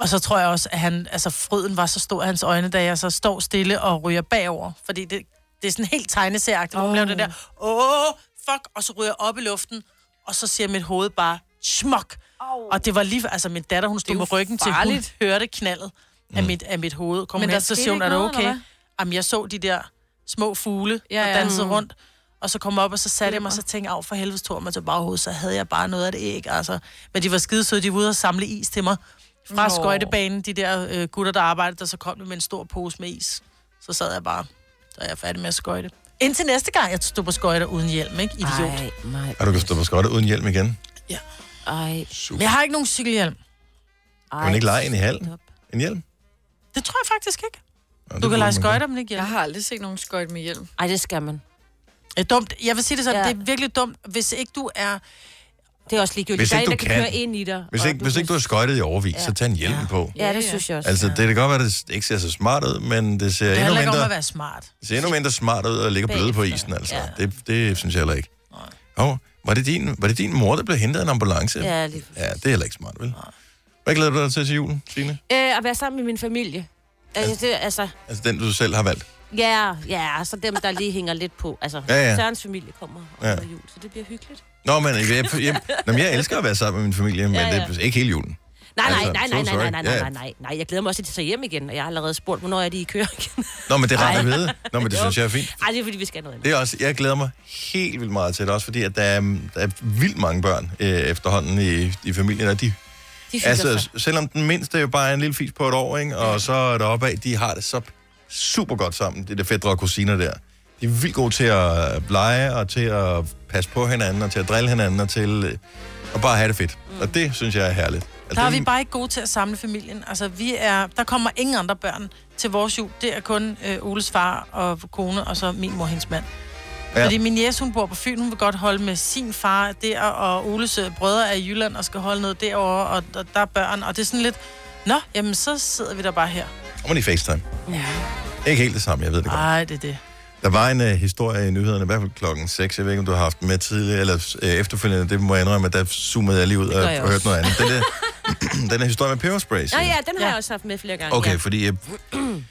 Og så tror jeg også, at han, altså, fryden var så stor af hans øjne, da jeg så står stille og ryger bagover. Fordi det, det er sådan helt tegneserieagtigt, oh. hvor man laver det der, åh, fuck, og så ryger jeg op i luften, og så siger mit hoved bare, smok. Oh. Og det var lige, altså min datter, hun stod Det er med jo ryggen til, farligt. hun hørte knaldet af, mit, af mit hoved. Kom Men Men der hen, så skete siger hun, ikke er du noget, eller okay? hvad? Jamen, jeg så de der små fugle, Ja, ja, ja. ja. Mm. der dansede rundt, og så kom jeg op, og så satte jeg mig, og Glimmer. så tænkte jeg, "Au, for helvedes tog mig til baghovedet, så havde jeg bare noget af det æg, altså. Men de var skidesøde, de var ude og samle is til mig fra Nå. skøjtebanen, de der øh, gutter, der arbejdede, der så kom de med en stor pose med is. Så sad jeg bare, så er jeg færdig med at skøjte. Indtil næste gang, jeg stod på skøjter uden hjelm, ikke? Idiot. Ej. Ej, nej. og du kan stå på skøjter uden hjelm igen. Ej, Men jeg har ikke nogen cykelhjelm. ej. Kan man ikke lege en i hallen? stop. En hjelm? Det tror jeg faktisk ikke. Nå, det Du burde kan man lege godt. skøjter, men ikke hjelm. Jeg har aldrig set nogen skøjte med hjelm. Ej, det skal man. Det er dumt. Jeg vil sige det sådan, ja. Ja. det er virkelig dumt, hvis ikke du er... Det er også ligegyldigt. Hvis Hvis der er ikke en, der du kan, kan- køre ind i dig. Hvis og ikke, hvis ikke du har skøjtet i overvis, ja. så tag en hjelm på. Ja, det synes jeg også. Altså, det kan godt være, at det ikke ser så smart ud, men det ser, Det endnu handler ikke om mindre, at være smart. det ser endnu mindre smart ud at ligge og bløde på isen, altså. Ja. Det, det synes jeg heller ikke. Oh, var, det din, var det din mor, der blev hentet af en ambulance? Ja, lige. Ja, det er heller ikke smart, vel? Hvad glæder du dig til til julen, Signe? Øh, at være sammen med min familie. Altså, det, altså, Altså den, du selv har valgt. ja, ja, så dem, der lige hænger lidt på. Altså, Ja, ja. Sørens familie kommer Ja. over jul, så det bliver hyggeligt. Nå, men jeg, jeg, jeg, nå, men jeg elsker at være sammen med min familie, men ja, Ja, ja. ja. det er ikke hele julen. Nej, nej, Altså, nej, so nej, nej, sorry. nej, nej, Ja. nej, nej, nej, nej. Jeg glæder mig også til, at de tager hjem igen, og jeg har allerede spurgt, hvornår er de i kører igen. Nå, men det er rart at vide. Nå, men det synes jeg er fint. Ej, det er fordi, vi skal noget andet. Det er også, jeg glæder mig helt vildt meget til det, også fordi at der, er, der er vildt mange børn øh, efterhånden i, i familien, og de De hygger altså, Altså, sig. selvom den mindste jo bare er en lille fis på et år, ikke? og så er der opad, de har det så super godt sammen, det der fædre og kusiner der. De er vildt gode til at øh, lege, og til at passe på hinanden, og til at drille hinanden, og til øh, at bare have det fedt. Mm. Og det synes jeg er herligt. Altså, Der er det- vi bare ikke gode til at samle familien. Altså, vi er, der kommer ingen andre børn til vores jul. Det er kun øh, Oles far og kone, og så min mor og hendes mand. Ja. Ja. Fordi min jæs, hun bor på Fyn, hun vil godt holde med sin far der, og Oles øh, brødre er i Jylland og skal holde noget derovre, og, og der er børn, og det er sådan lidt... Nå, jamen så sidder vi der bare her. Kommer de i FaceTime? Ja. Ikke helt det samme, jeg ved det godt. Nej, det er det. Der var en uh, historie i nyhederne, i hvert fald klokken 6. Jeg ved ikke, om du har haft den med tidligere, eller uh, efterfølgende. Det må jeg indrømme, at der zoomede jeg lige ud og, jeg og hørte også. noget andet. Den der, <clears throat> den der historie med peberspray. Nå siger du? ja, den har Ja. jeg også haft med flere gange. Okay, ja. fordi... Øh, <clears throat>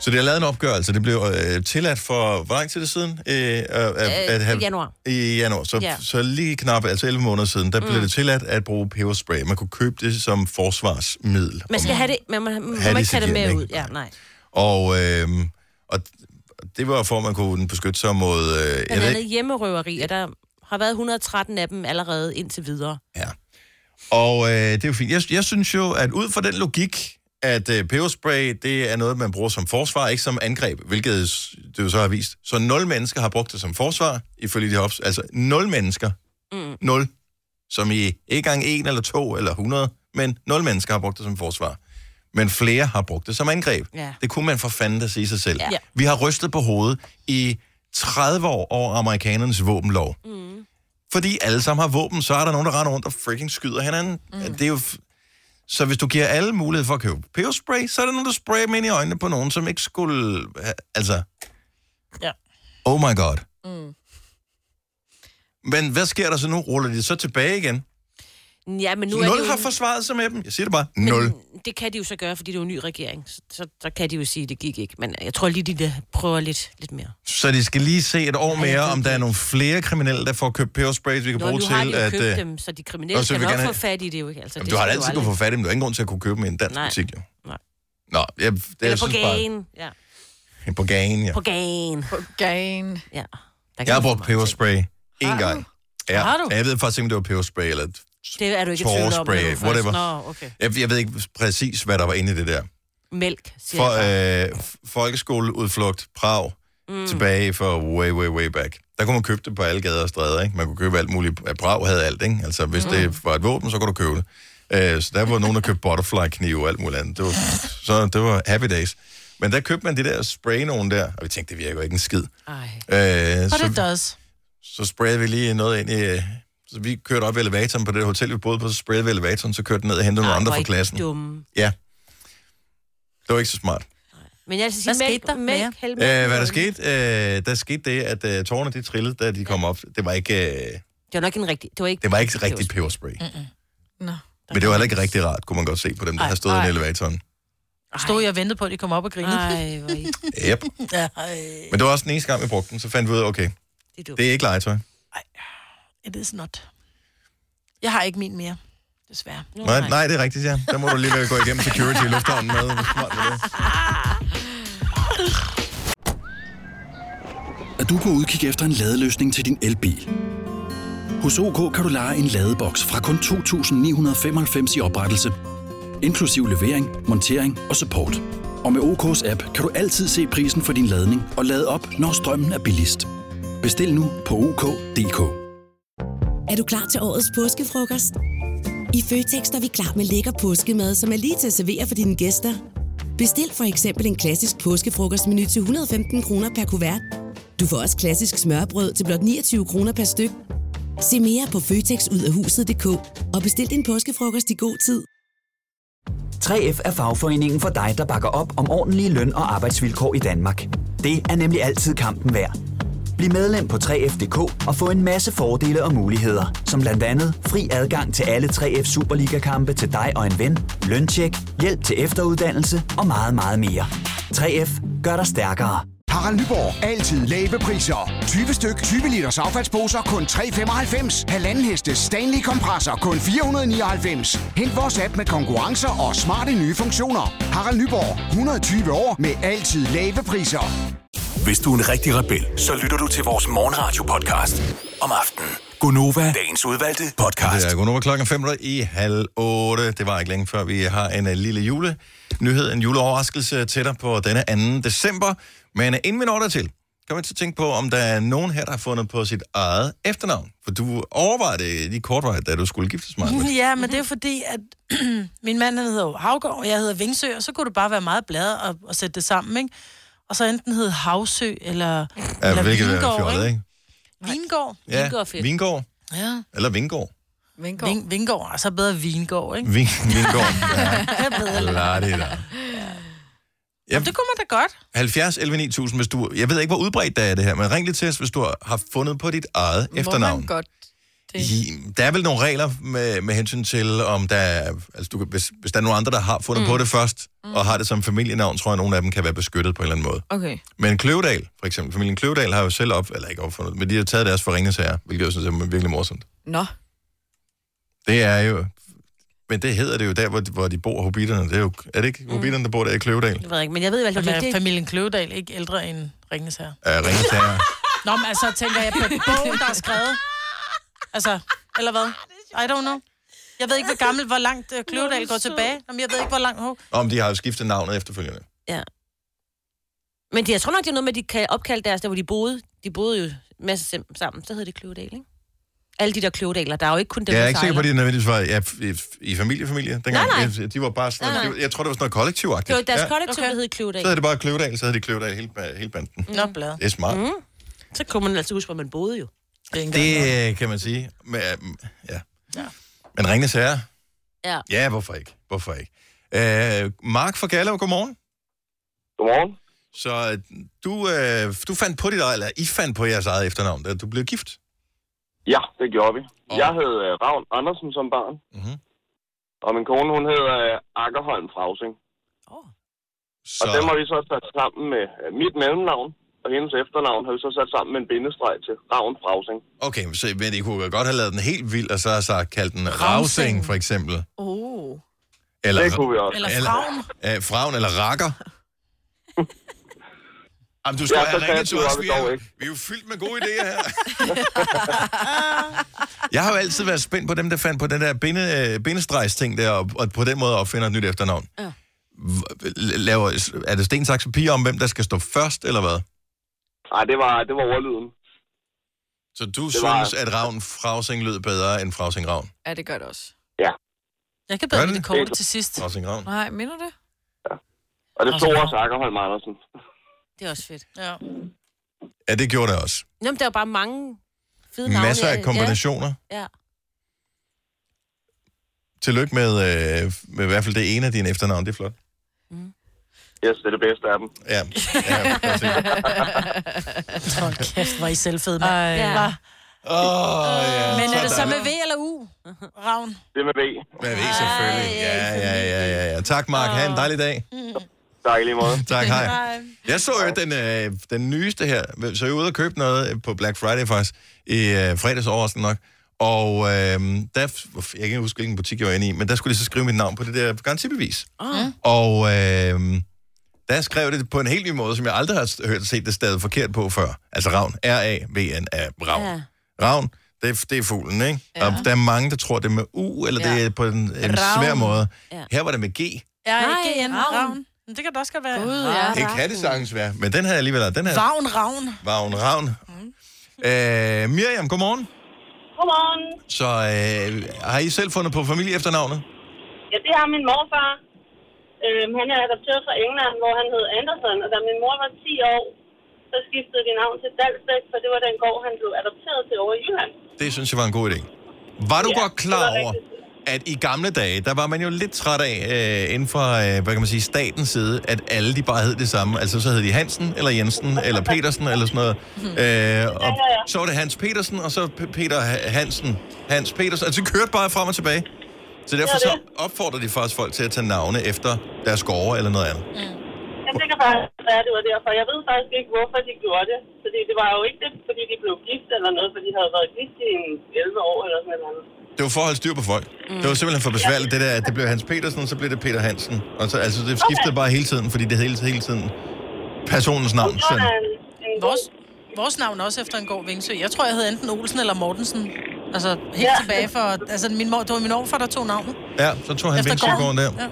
så det har lavet en opgørelse. Det blev øh, tilladt for... Hvor lang tid er det siden? Øh, at, Øh, i januar. I januar. Så, Ja. så lige knap, altså 11 måneder siden, der mm. blev det tilladt at bruge peberspray. Man kunne købe det som forsvarsmiddel. Man skal Og- have det, men man, man det må i ikke sit tage det hjem, med ikke? ud. Ja, nej. Og, øh, og det var for, at man kunne beskytte sig mod... Øh, jeg Blandt ved andet ikke, hjemmerøverier. Der har været 113 af dem allerede indtil videre. og øh, det er jo fint. Jeg, jeg synes jo, at ud fra den logik, at øh, peberspray, det er noget, man bruger som forsvar, ikke som angreb, hvilket s- det jo så har vist. Så nul mennesker har brugt det som forsvar, ifølge de hops. Altså nul mennesker. Mm. Nul. Som i ikke engang en eller to eller 100, men nul mennesker har brugt det som forsvar. Men flere har brugt det som angreb. Ja. Det kunne man for fanden da sige sig selv. Ja. Vi har rystet på hovedet i 30 år over amerikanernes våbenlov. Mm. Fordi alle sammen har våben, så er der nogen, der render rundt og freaking skyder hinanden. Mm. Det er jo f- så hvis du giver alle mulighed for at købe peberspray, så er der nogen, der sprayer dem ind i øjnene på nogen, som ikke skulle... ha- Altså... Ja. Oh my god. Mm. Men hvad sker der så nu? Ruller de så tilbage igen? Ja, men nu er nul det jo... har forsvaret sig med dem. Jeg siger det bare. men Nul. Det kan de jo så gøre, fordi det er jo en ny regering. Så, så der kan de jo sige, at det gik ikke. Men jeg tror lige, de der prøver lidt, lidt mere. Så de skal lige se et år jeg ved mere, om det der er nogle flere kriminelle, der får købt peberspray, vi kan Nå, bruge nu har de til, jo at... købt øh, dem, så de kriminelle og så skal vil nok gerne få have- fat i det jo ikke. Altså, Jamen, det du har da skal jo altid kunnet få fat i dem. Du har ingen grund til at kunne købe dem i en dansk Nej. butik, jo. Nej. Nå, jeg, det, jeg Eller på synes bare... gagen. Ja. På gagen, ja. På gagen. På gain. Ja. Der kan Jeg har man få brugt mange ting. peberspray Har en du? gang. Ja, Har du? jeg ved faktisk ikke, om det var peberspray eller... Det er du ikke i tvivl om. når Tårespray, du først- whatever. Nå, okay. Jeg, jeg ved ikke præcis, hvad der var inde i det der. Mælk, siger For, jeg bare. øh, f- folkeskoleudflugt Prag mm. tilbage for way, way, way back. Der kunne man købe det på alle gader og stræder, ikke? Man kunne købe alt muligt. Ja, Prag havde alt, ikke? Altså, hvis mm. det var et våben, så kunne du købe det. Øh, så der var nogen, der købte butterfly-knive og alt muligt andet. Det <laughs> var, så det var happy days. Men der købte man det der spray nogen der, og vi tænkte, det virker jo ikke en skid. Ej. Øh, But så, it does. så sprayede vi lige noget ind i... øh, Så vi kørte op i elevatoren på det hotel, vi boede på, så sprayede vi elevatoren, så kørte den ned og hentede nogle Ej, andre hvor fra er I klassen. Dumme. Ja. Det var ikke så smart. Men jeg skal sige, Hvad mælk, skete der med jer? mælk, hælde mælk. Øh, i hvad der munden. skete? Øh, der skete det, at øh, tårerne de trillede, da de kom op. Det var ikke, øh, Det var nok en rigtig... Det var ikke, det var ikke rigtig peberspray. Mm. Nå. Men det var heller ikke rigtig rart, kunne man godt se på dem, der har stået i elevatoren. Stod jeg og ventede på, at de kom op og grinede. <laughs> Nej, hvor er I- Yep. Men det var også den eneste gang, vi brugte den, så fandt vi ud af, okay, det er dumt. det er ikke legetøj. It is not. Jeg har ikke min mere, desværre. Nu, Nej, nej, det er rigtigt, ja. Der må du lige gå igennem security i lufthavnen med. Hvor smart var det? at du kan udkigge efter en ladeløsning til din elbil. Hos OK kan du lege en ladeboks fra kun 2.995 i oprettelse, inklusiv levering, montering og support. Og med OK's app kan du altid se prisen for din ladning og lade op, når strømmen er billigst. Bestil nu på OK.dk. Er du klar til årets påskefrokost? I Føtex er vi klar med lækker påskemad, som er lige til at servere for dine gæster. Bestil for eksempel en klassisk påskefrokostmenu til 115 kroner per kuvert. Du får også klassisk smørbrød til blot 29 kroner per styk. Se mere på føtexudafhuset.dk og bestil din påskefrokost i god tid. 3F er fagforeningen for dig, der bakker op om ordentlige løn- og arbejdsvilkår i Danmark. Det er nemlig altid kampen værd. Bliv medlem på 3F.dk og få en masse fordele og muligheder, som blandt andet fri adgang til alle 3F Superliga-kampe til dig og en ven, løntjek, hjælp til efteruddannelse og meget, meget mere. 3F gør dig stærkere. Harald Nyborg. Altid lave priser. 20 styk, 20 liters affaldsposer kun 3,95. Halvanden heste Stanley kompresser kun 499. Hent vores app med konkurrencer og smarte nye funktioner. Harald Nyborg. 120 år med altid lave priser. Hvis du er en rigtig rebel, så lytter du til vores morgenradio-podcast om aftenen. Gunova, dagens udvalgte podcast. Det er Gunova klokken 5 i halv 8. Det var ikke længe før, vi har en øh, lille julenyhed, en juleoverraskelse til dig på denne 2. december. Men øh, inden vi når der til, kan man så tænke på, om der er nogen her, der har fundet på sit eget efternavn. For du overvejede det lige kortvarigt, da du skulle giftes <laughs> mig. Ja, men det er jo fordi, at <clears throat> min mand han hedder jo Havgård, og jeg hedder Vingsø, og så kunne det bare være meget bladet at, at sætte det sammen, ikke? Og så enten hed Havsø eller, ja, eller Vingård, ikke? ikke? Vingård. Ja, Vingård er fedt. Vingård. Ja. Eller Vingård. Vinkår. Ving, Vingård, og så bedre Vingård, ikke? Ving, Vingård. Ja, det er der. Ja. Det kunne man da godt. 70 11 9000, hvis du... Jeg ved ikke, hvor udbredt der er det her, men ring lige til os, hvis du har fundet på dit eget Må efternavn. man godt det? I, der er vel nogle regler med, med hensyn til, om der er, altså du, kan- hvis, hvis der er nogen andre, der har fundet mm. på det først, mm. og har det som familienavn, tror jeg, at nogle af dem kan være beskyttet på en eller anden måde. Okay. Men Kløvedal, for eksempel, familien Kløvedal har jo selv op, eller ikke opfundet, men de har taget deres for Ringens Herre, hvilket jeg synes er virkelig morsomt. Nå. Det er jo, Men det hedder det jo der, hvor de, hvor de bor, hobitterne. Det er, jo, er det Mm. ikke hobitterne, der bor der i Kløvedal? Jeg ved ikke, men jeg ved i hvert fald, Men det er ikke... familien Kløvedal ikke ældre end Ringens Herre? Ja, ringetager. Nå, men altså, tænker jeg på <laughs> bogen, der er skrevet. Altså, eller hvad? I don't know. Jeg ved ikke, hvor gammel, hvor langt øh, Kløvedal går tilbage. Jamen, jeg ved ikke, hvor langt... Oh. Om de har jo skiftet navnet efterfølgende. Ja. Men det, jeg tror nok, det er noget med, at de kan opkalde deres, der hvor de boede. De boede jo masser sam- sammen. Så hedder det Kløvedal, ikke? Alle de der Kløvedaler, der er jo ikke kun dem, jeg er der ikke sikker på, at sejler. de nødvendigvis var ja, f- f- i familiefamilie dengang. Nej, nej. De var bare sådan, Nej, nej, nej. nej. Jeg tror, det var sådan noget kollektivagtigt. Det var deres ja. kollektiv, okay. der hed Så Kløvedal. havde det bare Kløvedal, så havde de Kløvedal hele, ba- hele banden. Nå, blad. Det er smart. Mhm. Mm. Så kunne man altså huske, hvor man boede jo. Det øh, kan man sige. Men, øhm, ja. ja. Men Ringnes Herre? Ja. Ja, hvorfor ikke? Hvorfor ikke? Øh, Mark fra Gallup, godmorgen. Godmorgen. Så øh, du, øh, du fandt på dit eget, eller I fandt på jeres eget efternavn, da du blev gift. Ja, det gjorde vi. Jeg hed øh, Ravn Andersen som barn. Mhm. Og min kone, hun hed øh, Akkerholm Frausing. Oh. Og Så- dem har vi så sat sammen med øh, mit mellemnavn, og hendes efternavn har vi så sat sammen med en bindestreg til Ravn Frausing. Okay, så, men I kunne godt have lavet den helt vild, og så har sagt, kaldt den Rausing, for eksempel. Oh. Eller, Det kunne vi også. Eller Fragn. Eller, øh, Fragn eller Rakker. <laughs> Jamen, du Ja, skulle så have ringet kreative til var os. vi Vi er, dog jo, ikke. vi er jo fyldt med gode idéer her. <laughs> Jeg har jo altid været spændt på dem, der fandt på den der binde, øh, bindestregsting der, og, og på den måde opfinder et nyt efternavn. Ja. H- Laver, er det sten, saks, papir om, hvem der skal stå først, eller hvad? Nej, det var, det var ordlyden. Så du det Det var- synes, at Ravn Frausing lød bedre end Frausing Ravn? Ja, det gør det også. Jeg kan Gør bedre den? lide det korte til sidst. Frausing Ravn? Nej, minder det? Og det stod også Akkerholm Andersen. Det er også fedt. Ja. Ja, det gjorde det også. Nå, men der er jo bare mange fede navne. Masser Ja, af kombinationer. Ja, ja. Tillykke med, øh, med i hvert fald det ene af dine efternavn, det er flot. Yes, det er det bedste af dem. Ja, ja præcis. Hold kæft, hvor er I selv fede, mand. Ej. ja. Hva? <laughs> Åh, ja. Men er det så Sådan. med V eller Uh. U? Ravn. Det er med V. Men det er selvfølgelig. Ja, ja, ja, ja, ja. Tak, Mark. Ha' en dejlig dag. Tak i lige måde. Tak, hej. Jeg så jo den, øh, den nyeste her. Så jeg var ude og købe noget øh, på Black Friday faktisk, i øh, fredags overraskende nok. Og øh, der, jeg kan ikke huske, hvilken butik jeg var inde i, men der skulle de så skrive mit navn på det der garantibevis. Ah. Og øh, der skrev det på en helt ny måde, som jeg aldrig har s- hørt set det stadig forkert på før. Altså Ravn. R-A-V-N er Ravn. Ja. Ravn, det er, det er fuglen, ikke? Ja. Og der er mange, der tror, det er med U, eller ja. det er på en, en svær måde. Ja. Ja. Her var det med G. Ja, Nej, ikke en Ravn. Ravn. Men det kan da også godt være. Gud, ja. Det kan det sagtens være, men den her alligevel, den her Ravn, Ravn. Vagn Ravn. Øh, Miriam, godmorgen. Godmorgen. Så øh, har I selv fundet på familie efternavnet? Ja, det har min morfar. Øhm, han er adopteret fra England, hvor han hed Anderson, og da min mor var 10 år, så skiftede de navn til Dalsbæk, for det var den gård, han blev adopteret til over i Jylland. Det synes jeg var en god idé. Var du Ja, ja, godt det klar var over, rigtigt. at i gamle dage, der var man jo lidt træt af, øh, inden for, øh, hvad kan man sige, statens side, at alle de bare hed det samme. Altså så hed de Hansen, eller Jensen, eller Petersen, eller sådan noget. Mhm. Øh, og så var det Hans Petersen, og så P- Peter Ha- Hansen, Hans Petersen. Altså det kørte bare frem og tilbage. Så derfor Det er så opfordrer de faktisk folk til at tage navne efter deres gårde eller noget andet. Jamen, det kan faktisk være, at det var derfor. Jeg ved faktisk ikke, hvorfor de gjorde det. Fordi det var jo ikke det, fordi de blev gift eller noget, for de havde været gift i en 11 år eller sådan noget. Det var for at holde styr på folk. Mm. Det var simpelthen for besværligt, det der, at det blev Hans Petersen, så blev det Peter Hansen. Og så, altså, det skiftede okay. bare hele tiden, fordi det hele, hele tiden personens navn. Så Så, er der en, øhm, en Vores, vores navn er også efter en god vingsø. Jeg tror, jeg hed enten Olsen eller Mortensen. Altså, helt Ja. tilbage for... Altså, min mor, det var min overfor, der tog navnet. ja, så tog han Vingsøgården der. Ja.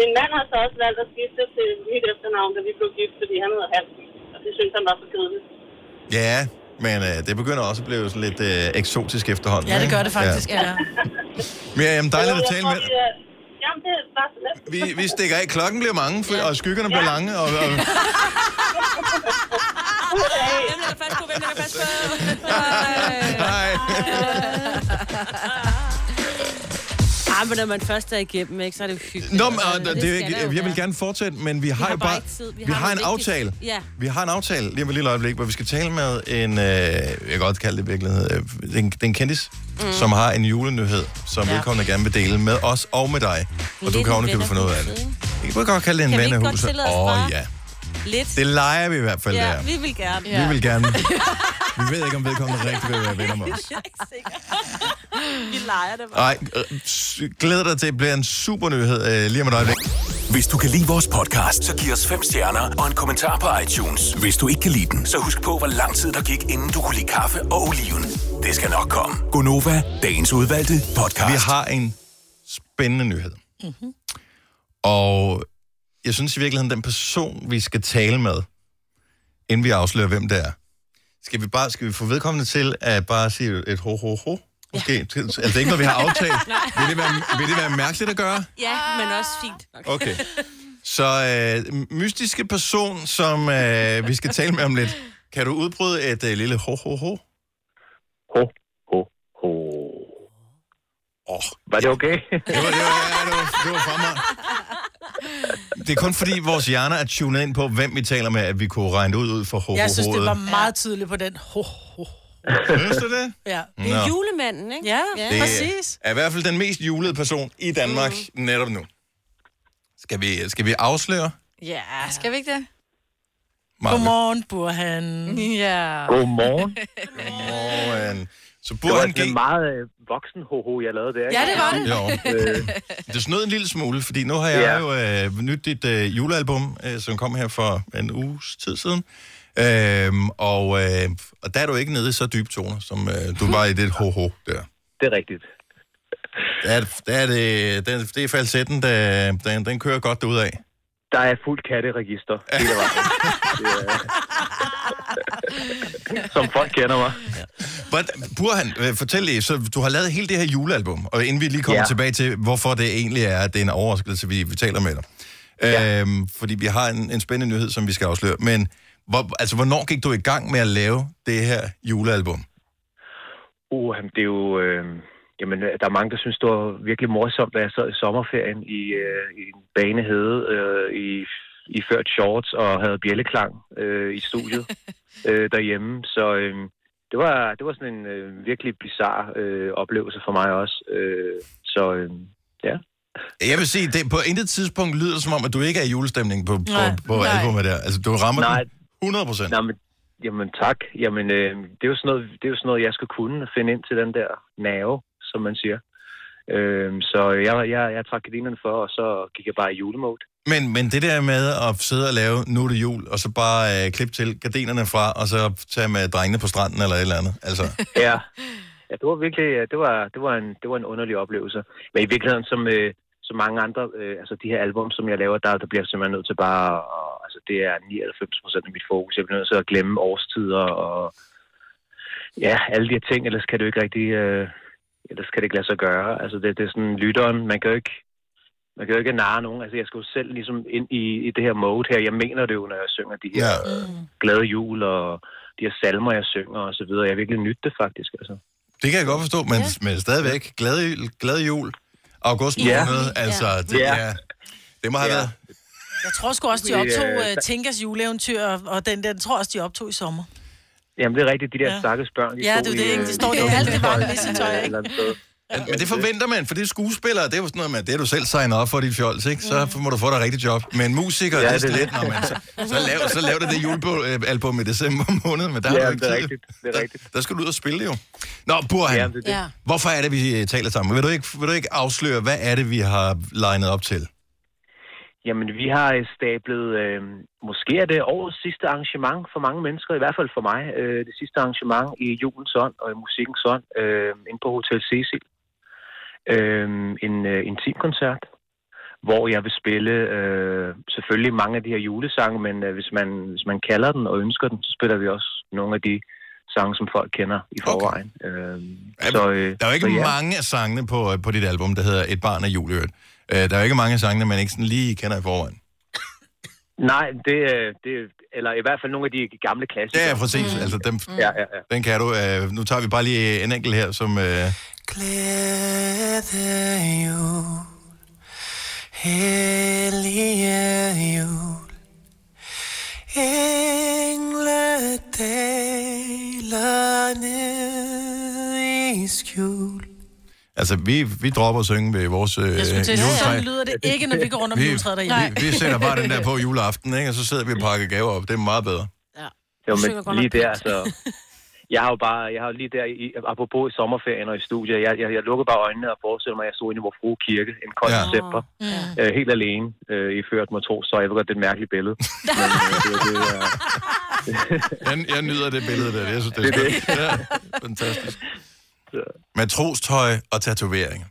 Min mand har så også valgt at skifte til mit efternavn, da vi blev gift, fordi han hedder Hansen. Og det synes han var for kedeligt. Ja, men øh, det begynder også at blive sådan lidt øh, eksotisk efterhånden. ja, det ikke? gør det faktisk, ja. ja. Ja. Miriam, dejligt at Jeg tale tror, med vi er- Jamen, det er bare så let. vi, vi stikker af. Klokken bliver mange, for, og skyggerne bliver lange. Og, og, Hvem er der først på? Hvem er der først <laughs> på? nej. Ah, men når man først er igennem, ikke, så er det jo hyggeligt. Nå, men, og, det, det, er skal der jo ikke- jeg vil være. gerne fortsætte, men vi har, har jo bare bare... ikke tid. Vi vi har har en noget vigtigt. aftale. Ja. Vi har en aftale lige om et lille øjeblik, hvor vi skal tale med en, øh, jeg kan godt kalde det i virkeligheden, øh, det er en, det er en kendis, mm. som har en julenyhed, som ja. vedkommende gerne vil dele med os og med dig. Og du Lidt kan en ovenikøbet få noget af det. vennerhuset, Jeg kan godt kalde det en Kan vi ikke godt vennehuset. tillade os Åh bare ja, Lidt. det leger vi i hvert fald ja, Ja, der. <laughs> vi vil gerne. Vi vil gerne. Vi ved ikke, om vedkommende rigtig vil være venner med <laughs> os. Jeg er ikke sikker. Vi leger det Nej, øh, s- glæder dig til, det bliver en super nyhed øh, lige om et øjeblik. Hvis du kan lide vores podcast, så giv os fem stjerner og en kommentar på iTunes. Hvis du ikke kan lide den, så husk på, hvor lang tid der gik, inden du kunne lide kaffe og oliven. Det skal nok komme. Gonova, dagens udvalgte podcast. Vi har en spændende nyhed. Mm-hmm. Og jeg synes i virkeligheden, den person, vi skal tale med, inden vi afslører, hvem det er, skal vi bare skal vi få vedkommende til at bare sige et ho-ho-ho? Måske. Ja. Altså, det er ikke noget, vi har aftalt. Vil det, være, vil det være mærkeligt at gøre? Ja, men også fint. nok. Okay. Så øh, mystiske person, som øh, vi skal tale med om lidt. Kan du udbryde et øh, lille ho-ho-ho? Var det okay? det, var, det, var, ja, det, var, det var for mig. Det er kun fordi, vores hjerner er tunet ind på, hvem vi taler med, at vi kunne regne det ud, ud for ho-ho-ho'et. Jeg synes, det var meget tydeligt på den. Ho, ho, ho. Synes du det? Ja. Det er Nå. julemanden, ikke? Ja, Det ja. præcis. er i hvert fald den mest julede person i Danmark mm. netop nu. Skal vi, skal vi afsløre? Ja, skal vi ikke det? Marve? Godmorgen, Burhan. Ja. Godmorgen. Godmorgen. Så det var Burhan sådan en meget øh, voksen hoho, jeg lavede der. ikke? Ja, det var det. Jo. Det snød en lille smule, fordi nu har jeg Ja. ja. jo øh, nyt dit øh, julealbum, øh, som kom her for en uges tid siden. Øhm, og, øh, og der er du ikke nede i så dybe toner, som øh, du var i det ho-ho der. Det er rigtigt. Der er, der er det, den, det er falsetten, der, den, den kører godt derudad. Der er fuldt katteregister hele vejen. Det er- Som folk kender mig. But, Burhan, øh, fortæl lige, så du har lavet hele det her julealbum, og inden vi lige kommer Ja. ja. tilbage til, hvorfor det egentlig er, at det er en overraskelse, vi, vi taler med dig. Ja. Øhm, fordi vi har en, en spændende nyhed, som vi skal afsløre. Men hvor, altså, hvornår gik du i gang med at lave det her julealbum? Uh, det er jo... Øh, jamen, øh, der er mange, der synes, det var virkelig morsomt, da jeg sad i sommerferien i, øh, i en banehede, øh, i, i ført shorts og havde bjælleklang øh, i studiet øh, derhjemme. Så øh, det, var, det var sådan en øh, virkelig bizarre øh, oplevelse for mig også. Øh, så øh, ja. Jeg vil sige, det på intet tidspunkt lyder som om, at du ikke er i julestemning på, Nej, på, på nej. albumet der. Altså, du rammer Nej. den 100 procent. Jamen, jamen tak. Jamen, øh, det, er jo sådan noget, det er jo sådan noget, jeg skal kunne finde ind til den der nerve, som man siger. Øh, så jeg, jeg, jeg trak gardinerne for, og så gik jeg bare i julemode. Men, men det der med at sidde og lave Nu er det jul, og så bare øh, klippe til gardinerne fra, og så tage med drengene på stranden eller et eller andet. <laughs> Altså, Ja. ja, det var virkelig øh, det var, det, var en, det var en underlig oplevelse. Men i virkeligheden, som, øh, som mange andre, øh, altså de her album, som jeg laver, der, der bliver jeg simpelthen nødt til bare, at, altså det er 99 procent af mit fokus. Jeg bliver nødt til at glemme årstider og ja, alle de her ting, ellers kan det jo ikke rigtig, øh, ellers kan det ikke lade sig gøre. Altså det, det er sådan lytteren, man kan jo ikke, man kan jo ikke narre nogen. Altså jeg skal jo selv ligesom ind i, i det her mode her. Jeg mener det jo, når jeg synger de her ja. øh, glade jul og de her salmer, jeg synger og så videre. Jeg har virkelig nyt det faktisk, altså. Det kan jeg godt forstå, men, ja. men stadigvæk. Glad, jul- glad jul. August Ja. måned, Ja. altså, det, Ja. ja. det må have Ja. været. Jeg tror sgu også, de Det, optog øh, uh, Tinkas juleeventyr, og, og den der, den tror jeg også, de optog i sommer. Øh, Jamen, det er rigtigt, de der Ja. ja. stakkels børn, de Ja, stod det er det, i, ikke? De øh, står i dukketøj alt det varme nissetøj, ikke? et eller andet sted. Men, men det forventer man, for det er skuespillere, det er jo sådan noget med, det er du selv signet op for dit fjols, ikke? Så må du få dig rigtig job. Men musikere, Ja, ja, det er det er sådan lidt, det. når man så, så lav, så lav det det julealbum i december <laughs> måned, men der Ja, har du ikke det er tid. rigtigt, det er rigtigt. Der, der skal du ud og spille jo. Nå, Burhan, Ja, det er det. Ja. hvorfor er det, vi øh, taler sammen? Vil du, ikke, vil du ikke afsløre, hvad er det, vi har legnet op til? Jamen, vi har øh, stablet, øh, måske er det årets sidste arrangement for mange mennesker, i hvert fald for mig, øh, det sidste arrangement i julens ånd og i musikkens ånd, øh, inde på Hotel Cecil. Øh, en øh, intimkoncert, hvor jeg vil spille øh, selvfølgelig mange af de her julesange, men øh, hvis, man, hvis man kalder den og ønsker den, så spiller vi også nogle af de sange, som folk kender i forvejen. Øh, så, øh, Der er jo ikke så ja. ja. mange af sangene på, øh, på dit album, der hedder Et barn af juleøret. Øh, der er jo ikke mange af sangene, man ikke sådan lige kender i forvejen. Nej, det, øh, det, eller i hvert fald nogle af de gamle klassikere. Ja, præcis. Altså, dem, Ja, ja, ja. den kan du. Øh, nu tager vi bare lige en enkelt her, som... Øh, Glæde jul, hellige jul, engle daler ned i skjul. altså, vi, vi dropper at synge ved vores øh, Jeg skulle til at sige, juletræ. sådan lyder det ikke, når vi går rundt om Vi- juletræet derhjemme. Vi, vi sætter bare den der på juleaften, ikke? og så sidder vi og pakker gaver op. Det er meget bedre. Jo, Du men synger godt <laughs> lige nok der, pænt. så... Jeg har jo bare, jeg har jo lige der, i, apropos i sommerferien og i studiet, jeg, jeg, jeg lukkede bare øjnene og forestillede mig, at jeg stod inde i vores frue kirke en kold ja. december, Mm. øh, helt alene, øh, i ført mig to, så jeg ved godt, det er et mærkeligt <laughs> billede. Men, øh, det, var det, jeg... Jeg, jeg nyder det billede der. Jeg synes, det er Det er skønt. Ja, fantastisk. Matrostøj og tatoveringer.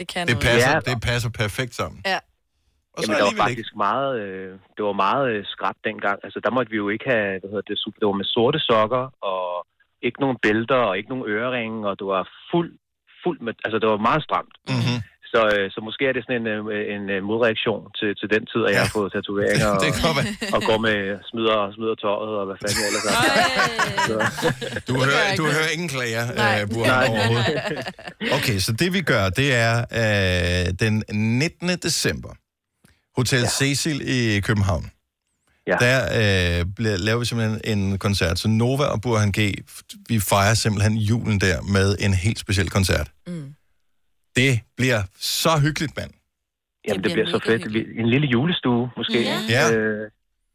Det kan Det noget. passer, det passer perfekt sammen. Ja. Og så Jamen, der var alligevel faktisk meget, øh, det var meget øh, skrabt dengang. Altså, der måtte vi jo ikke have, hvad hedder det, su- det var med sorte sokker, og ikke nogen bælter, og ikke nogen øreringe, og det var fuld, fuld med, altså det var meget stramt. Mm-hmm. Så, øh, så måske er det sådan en, øh, en øh, modreaktion til, til den tid, at jeg har fået <laughs> tatoveringer, <laughs> Det kan og, og går med smider, smider tøjet, og hvad fanden jeg ellers har. Så, Du hører, du hører ingen klager, Nej. øh, Burhan, Nej. overhovedet. Okay, så det vi gør, det er øh, den 19. december. Hotel ja. Cecil i København. Ja. Der øh, bliver- laver vi simpelthen en koncert. Så Nova og Burhan G, f- vi fejrer simpelthen julen der med en helt speciel koncert. Mm. Det bliver så hyggeligt, mand. Jamen, det, det bliver så fedt. <laughs> Vi- En lille julestue, måske. Ja. Øh,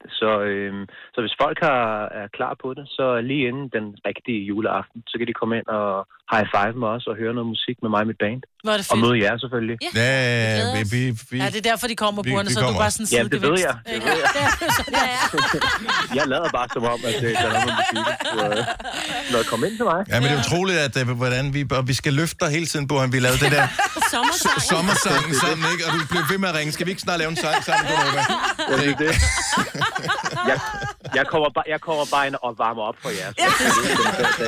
så, øh, så hvis folk har, er klar på det, så lige inden den rigtige juleaften, så kan de komme ind og high five med os og høre noget musik med mig og mit band. <laughs> Hvor er det Og fedt. møde jer selvfølgelig. Ja, vi, vi, vi, Ja, det er derfor, de kommer på så du er bare sådan Ja, det ved sidegevinst. jeg. Det ved jeg. jeg lader bare som om, at øh, der er noget med musik. Så, øh, når kom ind til mig. Ja, men det er utroligt, at, øh, hvordan vi, og vi skal løfte dig hele tiden, Burhan. Vi lavede det der Sommersangen. <laughs> sommersangen sammen, ikke? Og du blev ved med at ringe. Skal vi ikke snart lave en sang sammen, Gunova? Ja, det er det. Jeg, jeg, kommer bare, jeg kommer bare ind og varmer op for jer. Så,